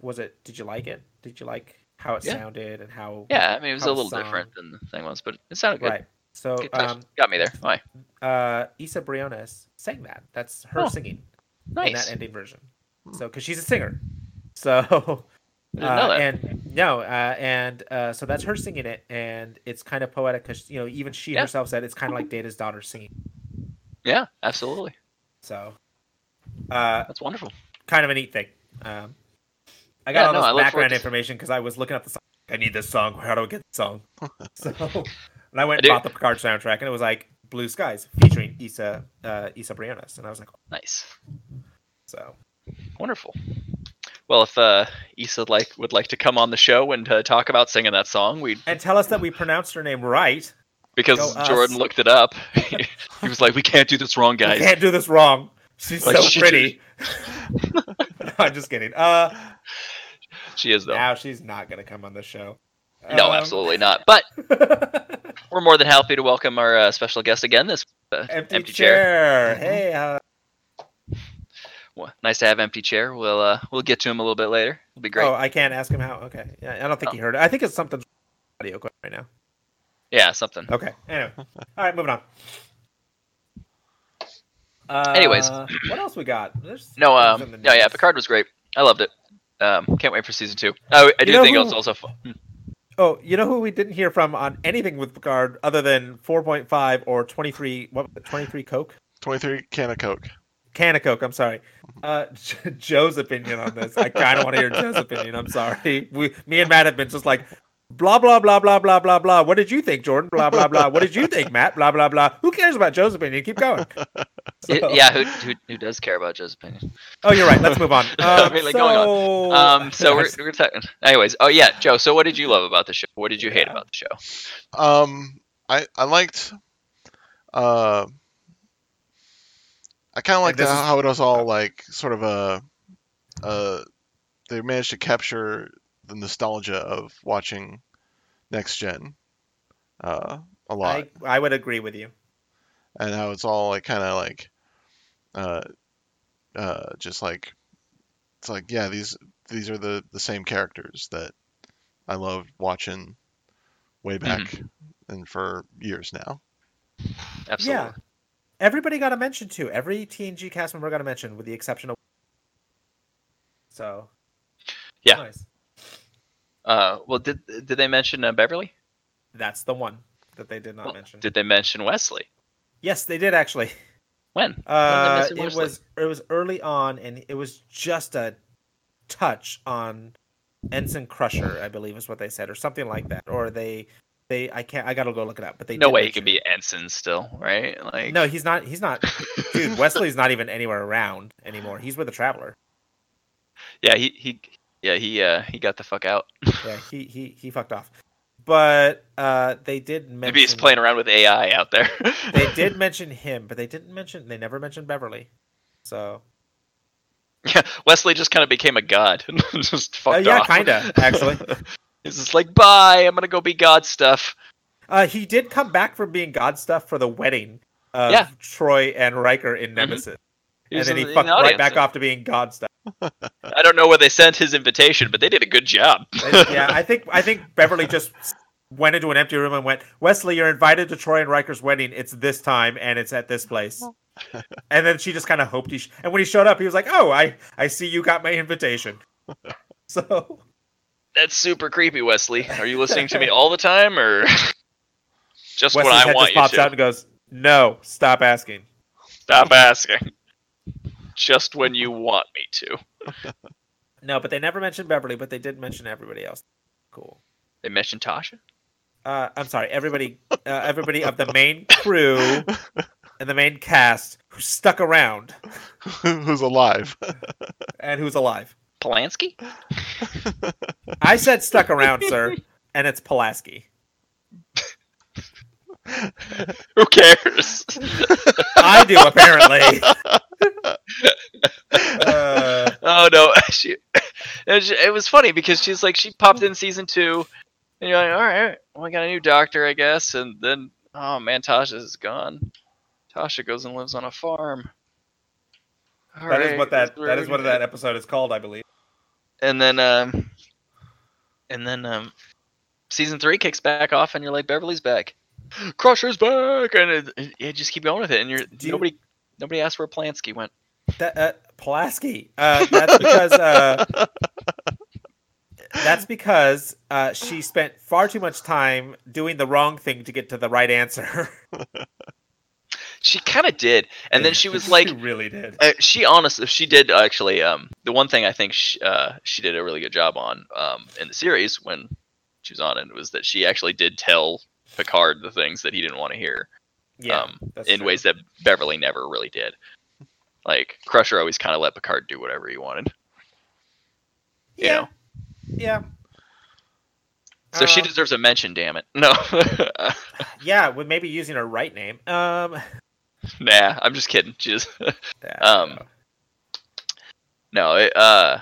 S2: was it? Did you like it? Did you like how it
S1: Yeah.
S2: sounded and how?
S1: Yeah, I mean it was
S2: How
S1: a
S2: a
S1: little different than the thing was, but it sounded good.
S2: Right. So,
S1: Good touch.
S2: um,
S1: Got me there. Why?
S2: uh, Issa Briones sang that. That's her
S1: Oh,
S2: singing in
S1: Nice.
S2: that ending version.
S3: Hmm.
S2: So, because she's a singer, *laughs* so
S1: I didn't know
S2: Uh,
S1: that.
S2: And no, uh, and uh, so that's her singing it, and it's kind of poetic because you know even she
S1: Yeah.
S2: herself said it's
S1: *laughs*
S2: kind of like Data's daughter singing.
S1: yeah, absolutely.
S2: So, uh,
S1: That's wonderful.
S2: kind of a neat thing. Um, I
S1: Yeah,
S2: got
S1: no, I
S2: all
S1: look
S2: this
S1: forward
S2: background
S1: to-
S2: information because I was looking up the song. I need this song. How do I get
S1: *laughs*
S2: the song? So, and I went
S1: I do-
S2: and bought the Picard soundtrack, and it was like Blue Skies featuring Issa uh, Issa Briones, and I was like,
S1: Nice.
S2: so
S1: Wonderful. Well, if uh, Issa like would like to come on the show and uh, talk about singing that song, we'd
S2: and tell us that we pronounced her name right.
S1: because
S2: Go us.
S1: Jordan looked it up. *laughs* he was like, "We can't do this wrong,
S2: I
S1: guys."
S2: can't do this wrong. She's
S1: Like,
S2: so
S1: she-
S2: pretty. *laughs* I'm just kidding. Uh,
S1: She is though.
S2: now she's not gonna come on the show.
S1: No,
S2: Um,
S1: absolutely not. But we're more than happy to welcome our uh, special guest again. This uh,
S2: *laughs* empty, chair.
S1: Mm-hmm.
S2: Hey, uh,
S1: Well, nice to have empty chair. We'll uh, we'll get to him a little bit later. It'll be great. Oh.
S2: oh, I can't ask him how. Okay, yeah, I don't think he heard. It. I think it's something audio going right now.
S1: Yeah, something.
S2: Okay.
S1: *laughs*
S2: Anyway. All right, moving on. Uh,
S1: Anyways.
S2: what else we got? There's
S1: No,
S2: things
S1: um,
S2: in the
S1: no, yeah,
S2: news.
S1: Picard was great. I loved it. Um, can't wait for season two. Oh, I do
S2: know
S1: think
S2: who-
S1: it's also hmm, fun.
S2: Oh, you know who we didn't hear from on anything with Picard other than 4.5 or 23? What? was it, 23 Coke?
S3: 23 can of Coke.
S2: Can of Coke. I'm sorry. Uh, *laughs* J- Joe's opinion on this. I kind of want to hear Joe's opinion. I'm sorry. We, me and Matt have been just like. Blah blah blah blah blah blah blah. What did you think, Jordan? Blah blah blah. What did you think, Matt? Blah blah blah. Who cares about Joe's opinion?
S1: *laughs*
S2: Keep going. *laughs* So-
S1: yeah, who, who who does care about Joe's opinion?
S2: Oh, you're right. Let's
S1: *laughs*
S2: move on. Um,
S1: Really
S2: so,
S1: going Um, so we're
S2: Yes.
S1: we're talking. Anyways, oh yeah, Joe. So what did you love about the show? What did you hate
S2: Yeah.
S1: about the show?
S3: Um, I I liked. Uh, I kind of liked
S2: this
S3: how
S2: is- uh,
S3: how it was all like sort of a. Uh, they managed to capture the nostalgia of watching Next Gen. Uh, a lot.
S2: *laughs* I, I would agree with you.
S3: and how it's all like kind of like uh uh just like it's like yeah these these are the the same characters that i loved watching way back
S2: Mm-hmm.
S3: and for years now *laughs*
S1: Absolutely.
S2: Yeah. Everybody got a mention too. Every TNG cast member got a mention, with the exception of. So.
S1: Yeah.
S2: Nice.
S1: Uh, well, did did they mention uh, Beverly?
S2: That's the one that they did not
S1: Well,
S2: mention.
S1: Did they mention Wesley?
S2: yes, they did actually.
S1: When?
S2: Uh,
S1: mention
S2: it
S1: Wesley?
S2: was it was early on, and it was just a touch on Ensign Crusher, I believe is what they said, or something like that. Or they they I can't I gotta go look it up, but they
S1: No
S2: did
S1: way he
S2: mention
S1: could be ensign still, right? Like
S2: No, he's not.
S1: *laughs*
S2: He's not. Dude, Wesley's not even anywhere around anymore. He's with the Traveler.
S1: Yeah, he he yeah he uh he got the fuck out.
S2: Yeah, he he he fucked off. But uh, they did mention.
S1: Maybe he's playing around with AI out there.
S2: They did mention him, but they didn't mention. They never mentioned Beverly. So
S1: *laughs* Yeah, Wesley just kind of became a god. *laughs* just
S2: Uh,
S1: fucked
S2: yeah,
S1: off.
S2: kinda actually.
S1: *laughs* He's just like, bye. I'm gonna go be god stuff.
S2: Uh, he did come back from being god stuff for the wedding of
S1: Yeah. Mm-hmm.
S2: Troy and Riker in Nemesis, and
S1: was
S2: then
S1: in
S2: he
S1: the- in
S2: fucked
S1: the
S2: right
S1: audience.
S2: back off to being god stuff.
S1: I don't know where they sent his invitation, but they did a good job.
S2: I- yeah, I think I think Beverly just went into an empty room and went, "Wesley, you're invited to Troy and Riker's wedding. It's this time and it's at this place." *laughs* and then she just kind of hoped he. Sh- and when he showed up, he was like, "Oh, I I see you got my invitation." *laughs* so
S1: That's super creepy, Wesley. Are you listening to me all the time, or *laughs* just
S2: Wesley's
S1: when I
S2: head
S1: want
S2: just
S1: you
S2: pops
S1: to?
S2: out and goes, "No, stop asking."
S1: Stop asking. Just when you want me to.
S2: No, but they never mentioned Beverly, but they did mention everybody else. Cool.
S1: They mentioned Tasha.
S2: Uh, I'm sorry, everybody, uh, everybody of the
S1: *laughs*
S2: main crew and the main cast who stuck around
S3: who's alive
S2: and who's alive.
S1: Polanski.
S2: I said stuck around, sir, and it's Pulaski.
S1: *laughs* Who cares?
S2: I do
S1: *laughs*
S2: apparently. Uh,
S1: Oh no, *laughs* she. It was, it was funny because she's like she popped in season two, and you're like, all right, well, I got a new doctor, I guess, and then oh man, Tasha's gone. Tasha goes and lives on a farm. All
S2: that is
S1: right,
S2: what that
S1: we're
S2: that is what
S1: gonna-
S2: that episode is called, I believe.
S1: And then um, and then um, season three kicks back off, and you're like Beverly's back, *gasps* Crusher's back, and it, you just keep going with it, and you're
S2: you-
S1: nobody nobody asked where Plansky went.
S2: That, uh, Pulaski. Uh, that's because uh, that's because uh, she spent far too much time doing the wrong thing to get to the right answer.
S1: She kind of did, and then
S2: *laughs*
S1: she was like,
S2: she really did.
S1: Uh, she honestly, she did actually. Um, the one thing I think she, uh, she did a really good job on um, in the series when she was on it was that she actually did tell Picard the things that he didn't want to hear.
S2: Yeah,
S1: um,
S2: that's
S1: in
S2: true.
S1: ways that Beverly never really did. Like Crusher always kind of let Picard do whatever he wanted. You
S2: Yeah.
S1: know,
S2: Yeah.
S1: So she
S2: Um,
S1: deserves a mention, damn it. No. *laughs*
S2: Yeah, with maybe using her right name. Um, *laughs*
S1: nah, I'm just kidding. She just
S2: yeah,
S1: Um, *laughs* No, it, uh,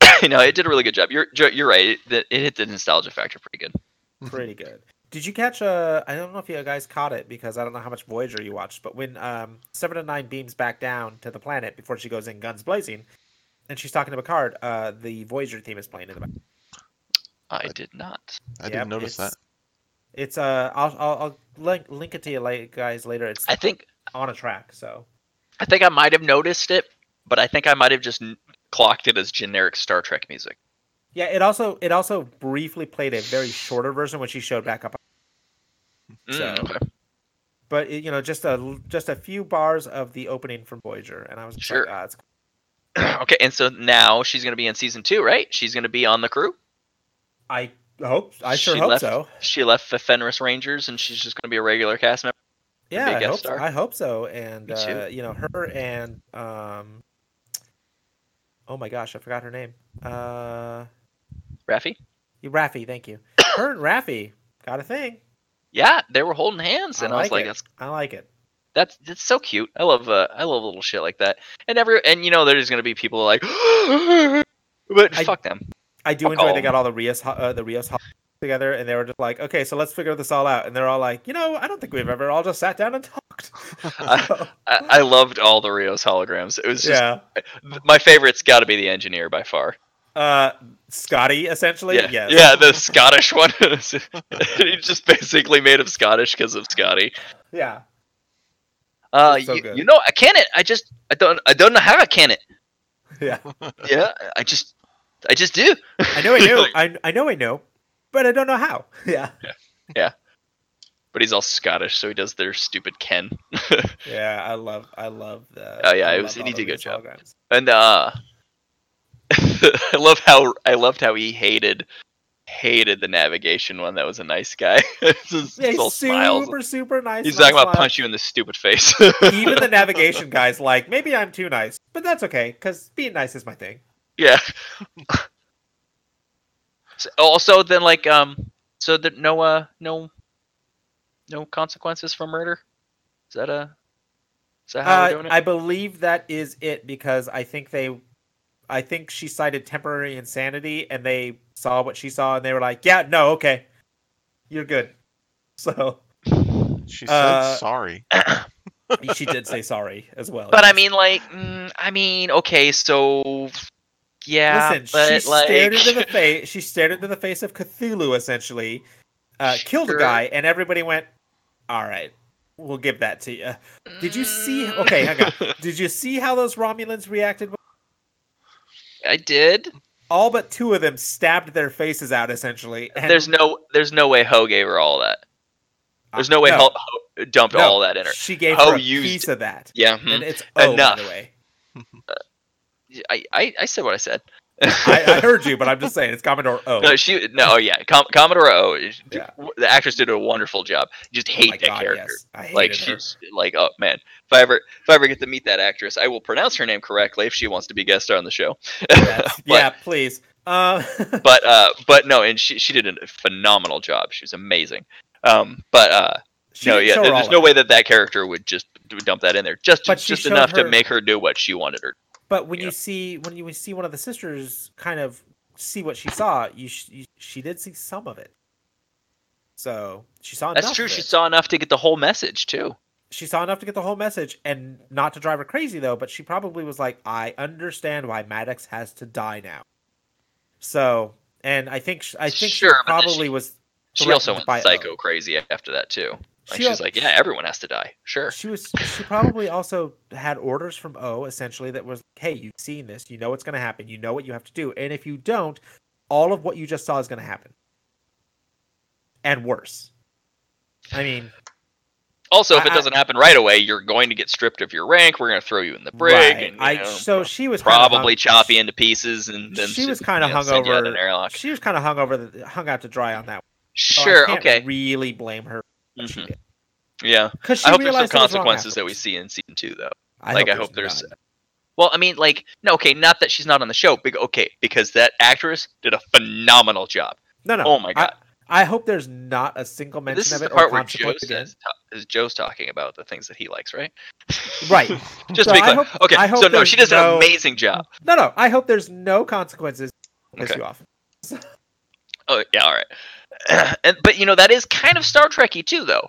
S1: *coughs* you know, it did a really good job. You're Jo- you're right. It, that- it hit the nostalgia factor pretty good.
S2: pretty good. Did you catch uh I don't know if you guys caught it because I don't know how much Voyager you watched, but when um Seven and Nine beams back down to the planet before she goes in guns blazing, and she's talking to Picard, uh the Voyager theme is playing in the back.
S1: I did not.
S3: *laughs* I didn't notice that.
S2: It's uh I'll I'll, I'll link, link it to you like guys later. It's
S1: I think
S2: on a track, so
S1: I think I might have noticed it, but I think I might have just n- clocked it as generic Star Trek music.
S2: yeah, it also it also briefly played a very shorter version when she showed back up
S1: Mm,
S2: So-
S1: okay. *clears throat*
S2: but it, you know, just a just a few bars of the opening from Voyager, and I was just
S1: Sure.
S2: like, ah, it's
S1: okay, and so now she's gonna be in season two, right? She's gonna be on the crew.
S2: I hope I sure
S1: She
S2: hope
S1: left-
S2: so.
S1: She left the Fenris Rangers, and she's just gonna be a regular cast member.
S2: Yeah,
S1: big
S2: I
S1: guest
S2: hope so.
S1: star.
S2: I hope so. And
S1: Me too.
S2: uh, you know, her and um, oh my gosh, I forgot her name. Uh,
S1: Raffi.
S2: Raffy,
S1: *coughs*
S2: thank you. Her and Raffy got a thing.
S1: Yeah, they were holding hands,
S2: I
S1: and I, was
S2: like
S1: like,
S2: it.
S1: that's
S2: I like it.
S1: That's that's so cute. I love uh, I love little shit like that. And every and you know there's gonna be people like, *gasps* but
S2: I-
S1: fuck them.
S2: I do
S1: Fuck
S2: enjoy
S1: all.
S2: they got all the Rios ho- uh, the Rios ho- together, and they were just like, okay, so let's figure this all out. And they're all like, you know, I don't think we've ever all just sat down and
S1: *laughs*
S2: talked. *laughs* So,
S1: I, I loved all the Rios holograms. It was Uh, just
S2: yeah.
S1: my favorite's got to be the engineer by far.
S2: Uh, Scotty, essentially.
S1: yeah,
S2: Yes.
S1: yeah, the Scottish one. *laughs* He just basically made him Scottish because of Scotty.
S2: Yeah.
S1: Uh,
S2: It's so
S1: you,
S2: good.
S1: you know, I can it. I just I don't I don't know how I can it.
S2: Yeah.
S1: Yeah, I just I just do.
S2: I know
S1: *laughs*
S2: I know. I, I know I know, but I don't know how. *laughs* Yeah.
S1: But he's all Scottish, so he does their stupid Ken.
S2: Yeah, I love I love the
S1: Oh, yeah,
S2: I
S1: it was-
S2: love
S1: he did a
S2: all the
S1: good job.
S2: holograms.
S1: And uh *laughs* I love how I loved how he hated hated the navigation one. That was a nice guy. *laughs* It's just-
S2: Yeah,
S1: it's all
S2: he's
S1: smiles.
S2: super super nice.
S1: He's
S2: nice
S1: talking about
S2: smile.
S1: punch you in the stupid face. *laughs*
S2: *laughs* Even the navigation guys like maybe I'm too nice, but that's okay because being nice is my thing.
S1: yeah. *laughs* So- also, then like um, so that no uh no no consequences for murder. Is that uh Is that how we're
S2: Uh,
S1: doing it?
S2: I believe that is it because I think they, I think she cited temporary insanity and they saw what she saw and they were like, yeah, no, okay, you're good. *laughs* So
S3: She
S2: Uh,
S3: said sorry.
S2: she did say sorry as well.
S1: but I mean, like, mm, I mean, okay, so yeah,
S2: Listen,
S1: but
S2: she
S1: like,
S2: stared into the face. She stared into the face of Cthulhu, essentially, uh, killed a
S1: Sure.
S2: guy, and everybody went, "All right, we'll give that to
S1: *laughs*
S2: you." *laughs* Did you see? Okay, hang on. Did you see how those Romulans reacted?
S1: I did.
S2: All but two of them stabbed their faces out, essentially. And
S1: there's no there's no way Ho gave her all that. There's no way
S2: Uh, No.
S1: Ho, Ho dumped
S2: No.
S1: all that in her.
S2: She gave
S1: Ho
S2: her a
S1: Oh, used
S2: piece of that,
S1: Yeah, hmm.
S2: and it's oh,
S1: Enough.
S2: By the way,
S1: I, I I said what I said.
S2: I, I heard you, but I'm just saying
S1: *laughs*
S2: it's Commodore O.
S1: no, she no, oh, yeah, Com- Commodore O. is-
S2: Yeah.
S1: The actress did a wonderful job. Just
S2: Oh
S1: hate
S2: my
S1: that
S2: God,
S1: character.
S2: yes. I hated
S1: Like *laughs*
S2: her.
S1: she's like oh man, if I ever if I ever get to meet that actress, I will pronounce her name correctly if she wants to be guest star on the show.
S2: That's- yeah, please. Uh, *laughs*
S1: but uh, but no, and she she did a phenomenal job. She was amazing. Um, but uh,
S2: she
S1: no,
S2: didn't
S1: yeah,
S2: show her
S1: there-
S2: all
S1: there's
S2: of
S1: no
S2: it.
S1: way that that character would just d- dump that in there, just
S2: But she
S1: just
S2: showed
S1: enough
S2: her-
S1: to make her do what she wanted her.
S2: But when
S1: Yeah.
S2: you see when you see one of the sisters kind of see what she saw, you, sh- you she did see some of it. So she saw.
S1: That's
S2: enough
S1: true.
S2: Of
S1: She
S2: it.
S1: saw enough to get the whole message too.
S2: She saw enough to get the whole message, and not to drive her crazy though. But she probably was like, "I understand why Maddox has to die now." So, and I think sh- I think
S1: Sure,
S2: she
S1: but then
S2: probably
S1: she-
S2: was.
S1: She also went
S2: threatened by O.
S1: psycho crazy after that too. Like
S2: She
S1: she's
S2: al-
S1: like, yeah, everyone has to die. Sure.
S2: She was. She probably also had orders from O, essentially, that was, "Hey, you've seen this. You know what's going to happen. You know what you have to do. And if you don't, all of what you just saw is going to happen, and worse." I mean,
S1: Also, if
S2: I-
S1: it
S2: I-
S1: doesn't happen right away, you're going to get stripped of your rank. We're going to throw you in the brig,
S2: right.
S1: and you
S2: I
S1: know,
S2: so she was kinda
S1: probably
S2: hung-
S1: chop you into pieces, and then
S2: She
S1: s-
S2: was kinda
S1: you know, send you out
S2: hungover.
S1: an airlock.
S2: She was kind of hung over, the, hung out to dry on that. So I
S1: Sure.
S2: can't
S1: Okay.
S2: Really blame her because
S1: Mhm.
S2: she did.
S1: Yeah.
S2: 'Cause she
S1: I hope there's some
S2: realized it was wrong
S1: consequences that we
S2: afterwards.
S1: see in season two, though. like, I hope there's.
S2: none.
S1: Well, I mean, like, no, okay, not that she's not on the show. Big, okay, because that actress did a phenomenal job.
S2: No, no.
S1: Oh my god!
S2: I hope there's not a single mention
S1: this is
S2: of
S1: the
S2: it.
S1: part
S2: or
S1: where Joe
S2: consequence again.
S1: says is Joe's talking about the things that he likes, right?
S2: Right.
S1: Just to
S2: So
S1: be
S2: I
S1: clear.
S2: hope-
S1: okay.
S2: I hope
S1: so no,
S2: there's
S1: she does
S2: no-
S1: an amazing job.
S2: No, no. I hope there's no consequences. that Piss
S1: Okay.
S2: you off.
S1: Oh yeah, all right. *clears throat* and but you know that is kind of Star Trekky too, though.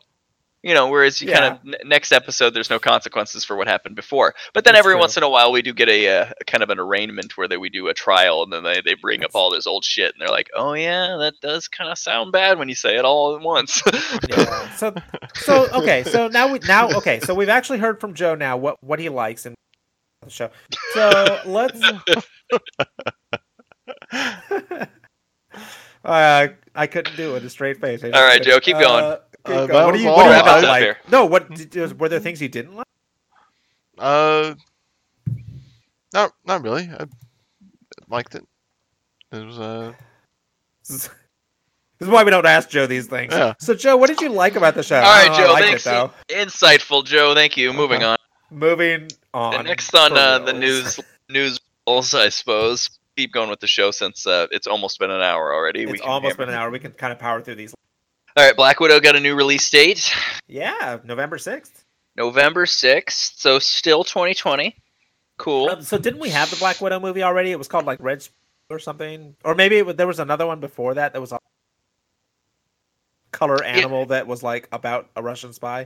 S1: You know, whereas you kind of n- next episode, there's no consequences for what happened before. But then
S2: That's
S1: every
S2: true.
S1: once in a while, we do get a, uh kind of an arraignment where they we do a trial, and then they, they bring up
S2: That's-
S1: all this old shit, and they're like, "Oh yeah, that does kind of sound bad when you say it all at once." *laughs*
S2: Yeah. So, so okay. So now we now okay. So we've actually heard from Joe now what what he likes and the show. So let's. *laughs* uh, I couldn't do it with a straight face. I just
S1: All right,
S2: couldn't.
S1: Joe, keep going.
S2: Uh, keep
S3: Uh,
S2: going.
S3: that
S2: What do
S3: was
S2: you,
S3: all
S2: what do
S1: I-
S2: you not
S1: Wrap it up
S2: like?
S1: there.
S2: No, what did, were there things you didn't like? *laughs*
S3: Uh, not not really. I liked it. It was uh,
S2: This is- this is why we don't ask Joe these things.
S3: Yeah.
S2: So, Joe, what did you like about the show?
S1: all right,
S2: Oh, I
S1: Joe,
S2: liked
S1: thanks.
S2: it, though.
S1: Insightful, Joe. Thank you. Moving on.
S2: Moving on.
S1: And next on
S2: for
S1: uh, the
S2: reals. *laughs*
S1: news news rolls, I suppose. Keep going with the show since uh, it's almost been an hour already.
S2: It's
S1: We can
S2: almost
S1: hammer-
S2: been an hour. We can kind of power through these.
S1: All right, Black Widow got a new release date,
S2: Yeah, November sixth.
S1: November sixth. So still 2020. Cool.
S2: Um, so didn't we have the Black Widow movie already? It was called like Red Sp- or something, or maybe it, wa- there was another one before that that was a color animal that was like about a Russian spy.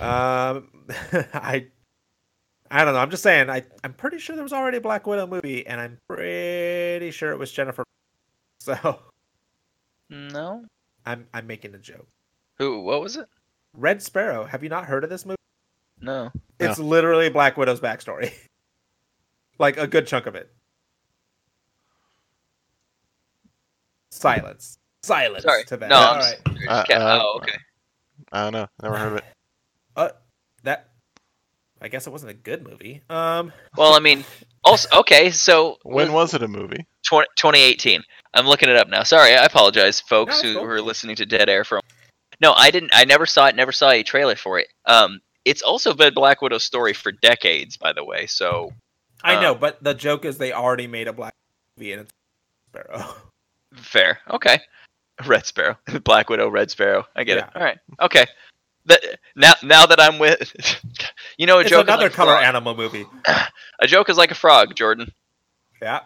S2: Um, *laughs* I, I don't know. I'm just saying. I I'm pretty sure there was already a Black Widow movie, and I'm pretty sure it was Jennifer. *laughs* So
S1: no.
S2: I'm I'm making a joke.
S1: Who? What was it?
S2: Red Sparrow. Have you not heard of this movie?
S1: No.
S2: It's literally Black Widow's backstory. *laughs* like a good chunk of it. Silence. Silence
S1: Sorry.
S2: to that.
S1: No.
S2: All
S1: I'm
S2: right.
S1: s-
S3: Uh,
S1: ca-
S3: uh,
S1: oh, okay.
S3: I don't know. Never heard
S2: *laughs*
S3: of it.
S2: Uh, that I guess it wasn't a good movie. Um
S1: Well, I mean, also okay. So
S3: When was it
S2: *sighs*
S3: a movie?
S1: 20, 2018. I'm looking it up now. Sorry, I apologize, folks
S2: No, it's
S1: who,
S2: cool.
S1: who are listening to Dead Air from. No, I didn't. I never saw it. Never saw a trailer for it. Um, it's also been Black Widow's story for decades, by the way. So
S2: I
S1: Uh,
S2: know, but the joke is they already made a black movie and it's Sparrow.
S1: fair, okay. Red Sparrow, *laughs* Black Widow, Red Sparrow. I get it.
S2: Yeah.
S1: All right, okay. That now now that I'm with, *laughs* you
S2: *laughs*
S1: know, a
S2: it's
S1: joke.
S2: another
S1: is like a
S2: color
S1: frog.
S2: animal movie.
S1: a joke is like a frog, Jordan.
S2: Yeah.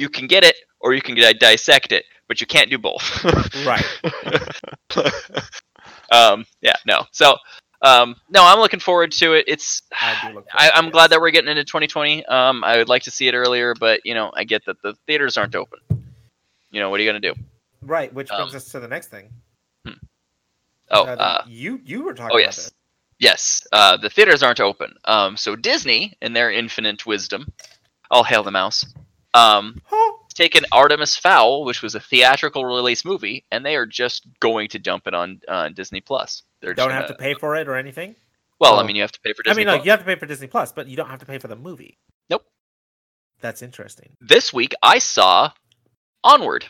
S1: You can get it, or you can di- dissect it, but you can't do both. *laughs*
S2: Right.
S1: um, yeah, no. So, um, no, I'm looking forward to it. It's
S2: I do look
S1: *sighs* *laughs* I,
S2: forward
S1: I'm
S2: to
S1: glad
S2: this.
S1: that we're getting into 2020. Um, I would like to see it earlier, but you know, I get that the theaters aren't open. You know, what are you gonna do?
S2: Right, which brings
S1: Um,
S2: us to the next thing.
S1: Oh,
S2: Uh,
S1: uh,
S2: you you were talking
S1: oh
S2: about
S1: yes, yes. Uh, the theaters aren't open. Um, so Disney, in their infinite wisdom, all hail the mouse. Um,
S2: this. Oh,
S1: taken Artemis Fowl, which was a theatrical release movie, and they are just going to dump it on on Disney Plus. They're just
S2: don't have to
S1: gonna-
S2: pay for it or anything.
S1: Well, I
S3: Oh.
S1: mean, you have to pay for Disney.
S2: I mean, like
S1: Plus.
S2: you have to pay for Disney Plus, but you don't have to pay for the movie.
S1: Nope.
S2: That's interesting.
S1: This week, I saw Onward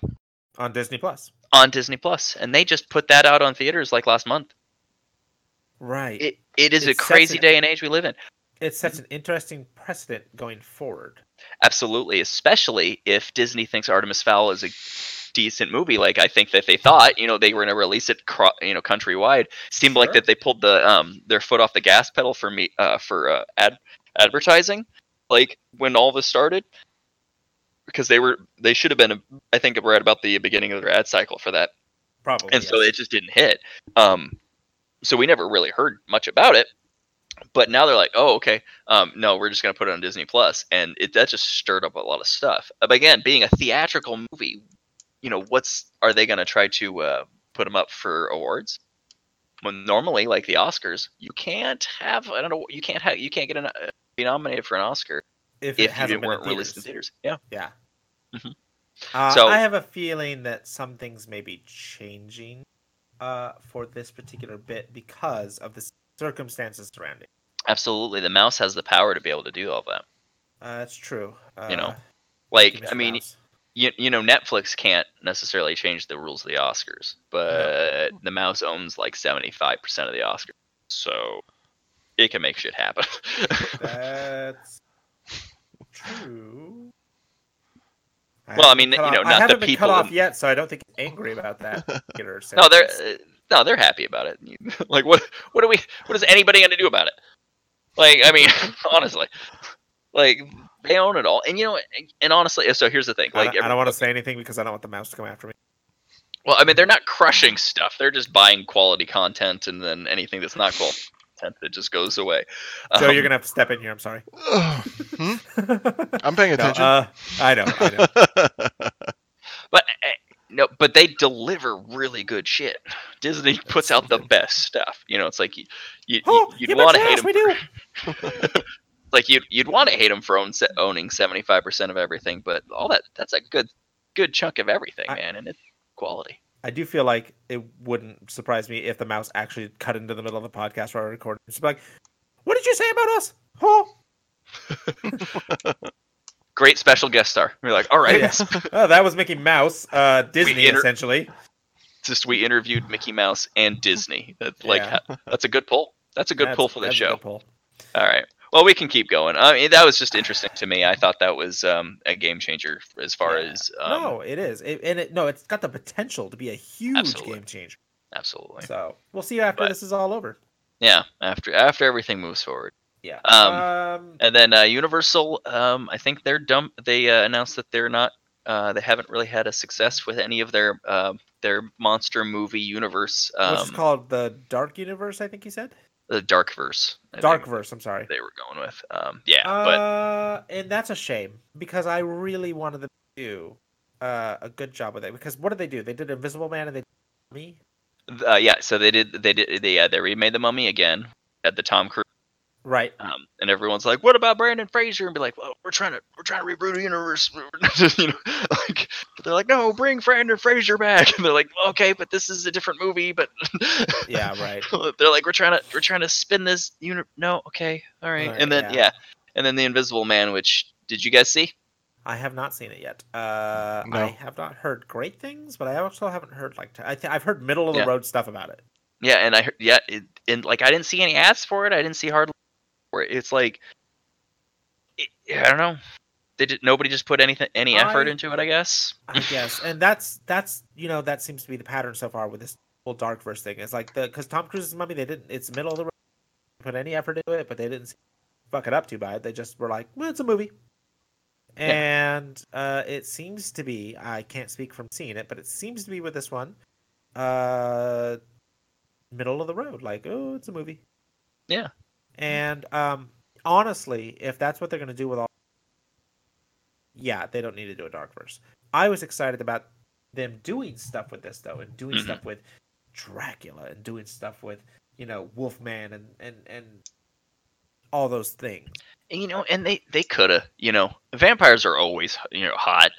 S2: On Disney Plus.
S1: on Disney Plus, and they just put that out on theaters like last month.
S2: Right. It,
S1: It it is
S2: It
S1: a
S2: sets
S1: crazy
S2: it-
S1: day and age we live in.
S2: sets an interesting precedent going forward.
S1: Absolutely, especially if Disney thinks Artemis Fowl is a decent movie, like I think that they thought. You know, they were going to release it, cro- you know, countrywide. Seemed like
S2: Sure.
S1: that they pulled the um their foot off the gas pedal for me uh, for uh, ad advertising, like when all this started, because they were they should have been I think right about the beginning of their ad cycle for that,
S2: Probably.
S1: and so
S2: yes.
S1: it just didn't hit. Um, so we never really heard much about it. But now they're like, oh, okay, um, no, we're just gonna put it on Disney Plus, and it, that just stirred up a lot of stuff. But again, being a theatrical movie, you know, what's are they gonna try to uh, put them up for awards? Well, normally, like the Oscars, you can't have I don't know, you can't have you can't get an, uh, be nominated for an Oscar
S2: if it
S1: if you
S2: hasn't been
S1: weren't
S2: in
S1: released in
S2: theaters.
S1: theaters. Yeah,
S2: Yeah.
S1: Mhm.
S2: Uh,
S1: So-
S2: I have a feeling that some things may be changing uh, for this particular bit because of the circumstances surrounding. it.
S1: absolutely. The mouse has the power to be able to do all that.
S2: Uh, it's true. Uh,
S1: You know,
S2: thank
S1: Like,
S2: you,
S1: I
S2: Mr.
S1: mean, *laughs*
S2: Mouse.
S1: you, you know netflix can't necessarily change the rules of the oscars but the mouse owns like 75% of the oscars so it can make shit happen *laughs*
S2: That's true.
S1: Well, I mean,
S2: haven't been
S1: you know,
S2: cut off-
S1: not
S2: I
S1: the
S2: haven't been
S1: people
S2: cut off
S1: in-
S2: yet, so I don't think he's angry about that. particular
S1: No, they're
S2: sentence.
S1: uh, no, they're happy about it. *laughs* like what what do we what is anybody going to do about it? Like I mean, *laughs* honestly. Like they own it all. And you know and- and honestly, so here's the thing.
S2: I
S1: Like
S2: don't- I don't, want to say anything because I don't want the mouse to come after
S1: *laughs*
S2: me.
S1: well, I mean, they're not crushing stuff. They're just buying quality content and then anything that's not quality content that just goes away.
S2: Joe,
S1: Um,
S2: you're gonna have to step in here.
S1: *laughs*
S2: I'm sorry. *laughs*
S3: Hmm?
S2: No,
S3: I'm paying attention. *laughs*
S2: uh, I know.
S1: *laughs*
S2: I know.
S1: But eh, no, but they deliver really good shit. Disney puts out the best stuff. You know, it's like you, you,
S2: Oh,
S1: you'd
S2: you
S1: want to
S2: bitch
S1: hate
S2: ass,
S1: them.
S2: We do.
S1: *laughs* Like you'd you'd want to hate them for own, owning seventy five percent of everything. But all that that's a good good chunk of everything,
S2: I-
S1: man, and it's quality.
S2: I do feel like it wouldn't surprise me if the mouse actually cut into the middle of the podcast while I recorded. It's like, what did you say about us? Oh,
S1: Great special guest star. We're like, all right,
S2: Yeah.
S1: it's
S2: oh that was Mickey Mouse, uh, Disney
S1: inter-
S2: essentially.
S1: *laughs* just we interviewed Mickey Mouse and Disney. That's like
S2: Yeah.
S1: ha- that's a good pull. That's a good
S2: That's-
S1: pull for the
S2: that's a
S1: show.
S2: good pull.
S1: All right. Well, we can keep going. I mean, that was just interesting to me. I thought that was um, a game changer as far
S2: Yeah.
S1: as um,
S2: no, it is, it, and it, no, it's got the potential to be a huge
S1: Absolutely.
S2: game changer.
S1: absolutely.
S2: So we'll see you after
S1: But-
S2: this is all over.
S1: Yeah, after after everything moves forward,
S2: Yeah.
S1: Um,
S2: Um,
S1: and then uh, Universal, um, I think they're dumb. They uh, announced that they're not. Uh, they haven't really had a success with any of their uh, their monster movie universe,
S2: which is
S1: um,
S2: called the Dark Universe, I think you said.
S1: the Darkverse. I think
S2: Darkverse. I'm sorry.
S1: They were going with. Um, yeah, but
S2: Uh, and that's a shame because I really wanted them to do uh, a good job with it. Because what did they do? They did Invisible Man and they did me.
S1: uh, yeah. So they did. They did. They uh, they remade the Mummy again at the Tom Cruise.
S2: Right.
S1: Um, and everyone's like, "What about Brandon Fraser?" And be like, "Well, we're trying to we're trying to reboot the universe." *laughs* you know, like but they're like, "No, bring Brandon Fraser back." *laughs* And they're like, "Okay, but this is a different movie." But *laughs*
S2: Yeah. Right.
S1: they're like, "We're trying to we're trying to spin this uni." No, okay, all right.
S2: Alright,
S1: and then yeah.
S2: yeah.
S1: and then the Invisible Man, which did you guys see?
S2: I have not seen it yet. Uh,
S3: No.
S2: I have not heard great things, but I also haven't heard like t- I th- I've heard middle of the
S1: Yeah.
S2: road stuff about it.
S1: Yeah, and I heard yeah, it, and like I didn't see any ads for it. I didn't see hard for it. It's like, it, I don't know. They did, nobody just put anything any effort
S2: I-
S1: into it. I guess.
S2: I guess, and that's that's you know that seems to be the pattern so far with this whole dark verse thing. It's like the because Tom Cruise's mummy, they didn't. It's middle of the road. Put any effort into it, but they didn't fuck it up too bad. They just were like, well, it's a movie. And uh, it seems to be. I can't speak from seeing it, but it seems to be with this one, uh, middle of the road. Like, oh, it's a movie.
S1: Yeah.
S2: And um, honestly, if that's what they're gonna do with all, yeah, they don't need to do a dark verse. I was excited about them doing stuff with this though, and doing
S1: Mhm.
S2: stuff with Dracula, and doing stuff with you know Wolfman, and and and all those things.
S1: And, you know, and they they could have, you know, vampires are always you know hot,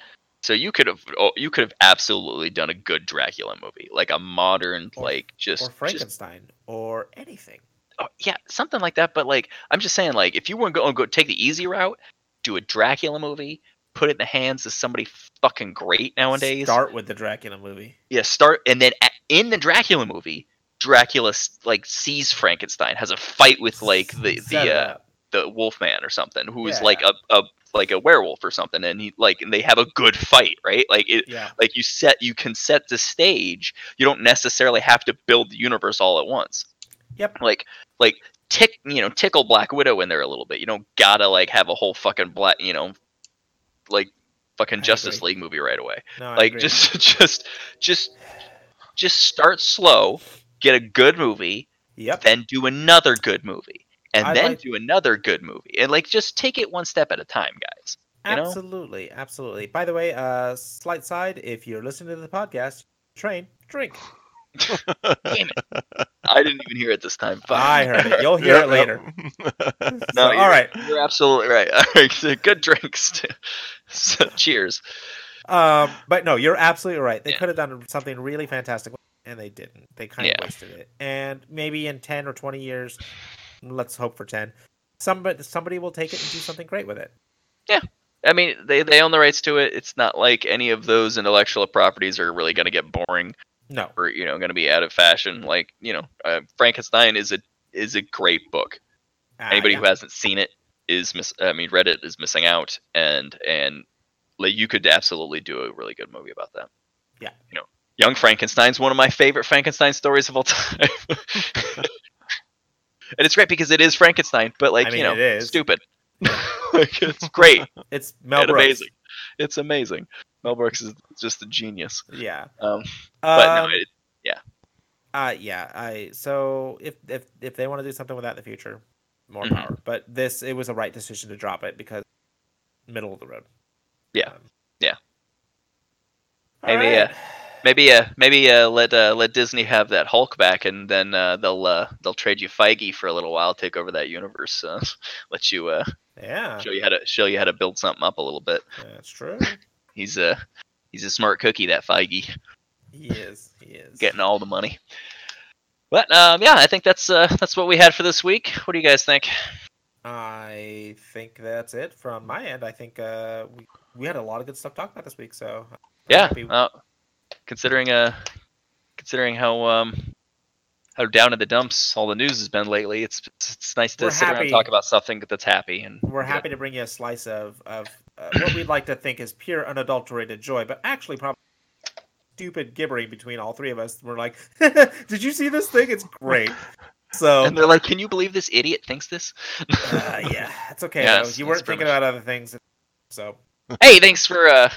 S1: so you could have oh, you could have absolutely done a good Dracula movie, like a modern,
S2: Or-
S1: like just,
S2: or
S1: just
S2: Frankenstein or anything.
S1: oh, yeah, something like that. But like, I'm just saying, like, if you want to go, go take the easy route, do a Dracula movie, put it in the hands of somebody fucking great nowadays.
S2: start with the Dracula movie.
S1: Yeah, start and then a- in the Dracula movie, Dracula s- like sees Frankenstein, has a fight with like the
S2: Set it
S1: the. Uh,
S2: up.
S1: the Wolfman or something, who's
S2: Yeah,
S1: like
S2: yeah.
S1: a, a like a werewolf or something, and he like and they have a good fight, right? Like it,
S2: yeah,
S1: like you set you can set the stage. You don't necessarily have to build the universe all at once.
S2: Yep.
S1: Like like tick you know tickle Black Widow in there a little bit. You don't gotta like have a whole fucking black you know like fucking
S2: I
S1: Justice
S2: agree.
S1: League movie right away
S2: no, I
S1: like
S2: agree.
S1: just *laughs* just just just start slow get a good movie
S2: yep.
S1: then do another good movie and
S2: I
S1: then
S2: like-
S1: do another good movie and like just take it one step at a time guys you know?
S2: Absolutely, absolutely. By the way, uh, slight side: if you're listening to the podcast, train, drink.
S1: Damn it. i didn't even hear it this time Fuck.
S2: I heard it. You'll hear
S3: Yep,
S1: *laughs*
S2: it later.
S3: yep.
S2: So,
S1: you're-
S2: all right.
S1: you're absolutely right *laughs* all right good drinks too. so cheers
S2: Um, but no, you're absolutely right. They
S1: Yeah.
S2: could have done something really fantastic, and they didn't. They kind
S1: Yeah.
S2: of wasted it. And maybe in ten or twenty years, let's hope for ten, somebody somebody will take it and do something great with it.
S1: i mean they, they own the rights to it it's not like any of those intellectual properties are really going to get boring
S2: No,
S1: or you know going to be out of fashion like you know uh, frankenstein is a is a great book
S2: Ah,
S1: anybody
S2: yeah.
S1: who hasn't seen it is miss i mean reddit is missing out and and like you could absolutely do a really good movie about that.
S2: Yeah.
S1: You know, Young Frankenstein's one of my favorite Frankenstein stories of all *laughs* time. and it's great because it is Frankenstein, but like,
S2: I mean,
S1: you know,
S2: it is. *laughs*
S1: stupid. like, it's great
S2: It's Mel
S1: and
S2: Brooks.
S1: amazing. It's amazing. Mel Brooks is just a genius.
S2: Yeah.
S1: Um, but
S2: Um,
S1: no, it,
S2: Uh yeah, I so if if if they want to do something with that in the future, more
S1: Mhm.
S2: power. But this it was a right decision to drop it because middle of the road.
S1: Yeah.
S2: Um,
S1: Yeah.
S2: all
S1: Maybe,
S2: right.
S1: maybe uh, maybe uh, let uh, let Disney have that Hulk back, and then uh, they'll uh, they'll trade you Feige for a little while, take over that universe, uh, *laughs* let you uh,
S2: yeah,
S1: show you how to show you how to build something up a little bit.
S2: that's true.
S1: He's a he's a smart cookie, that Feige,
S2: He is. He is.
S1: getting all the money. But um, yeah, I think that's uh, that's what we had for this week. What do you guys think?
S2: I think that's it from my end. I think uh we we had a lot of good stuff to talk about this week. So I'm
S1: Yeah.
S2: happy-
S1: Uh, considering uh, considering how um, how down in the dumps all the news has been lately, it's it's nice to
S2: We're
S1: sit around
S2: happy.
S1: and talk about something that's happy and
S2: we're
S1: Yeah.
S2: happy to bring you a slice of of uh, what we'd like to think is pure unadulterated joy, but actually probably stupid gibbering between all three of us. We're like, *laughs* did you see this thing? It's great. So
S1: And they're like, "Can you believe this idiot thinks this?"
S2: uh, yeah, it's okay.
S1: Yeah,
S2: though.
S1: it's-
S2: you
S1: it's
S2: weren't
S1: pretty
S2: thinking
S1: much-
S2: about other things, so
S1: *laughs* hey, thanks for uh,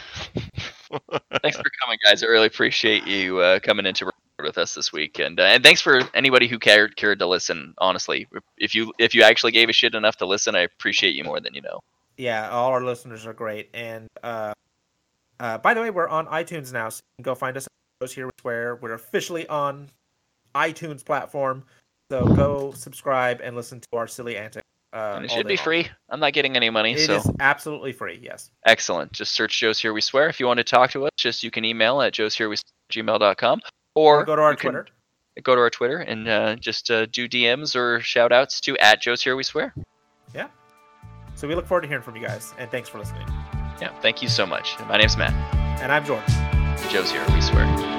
S1: thanks for coming, guys. I really appreciate you uh, coming into record with us this week, and uh, and thanks for anybody who cared cared to listen. Honestly, if you if you actually gave a shit enough to listen, I appreciate you more than you know.
S2: yeah, all our listeners are great. And uh, uh, by the way, we're on iTunes now, so you can go find us. on Those here where we're officially on iTunes platform. So go subscribe and listen to our silly antics. Uh,
S1: And it
S2: all
S1: should
S2: day
S1: be
S2: long.
S1: free. I'm not getting any money,
S2: It is
S1: so
S2: absolutely free. Yes.
S1: excellent. Just search Joe's Here We Swear. If you want to talk to us, just you can email at Joe's Here We gmail.com or
S2: go to our
S1: you can
S2: Twitter.
S1: Go to our Twitter and uh, just uh, do DMs or shout outs to at Joe's Here We Swear.
S2: So we look forward to hearing from you guys, and thanks for listening.
S1: Yeah, thank you so much. My name's Matt.
S2: And I'm Jordan.
S1: Joe's Here We Swear.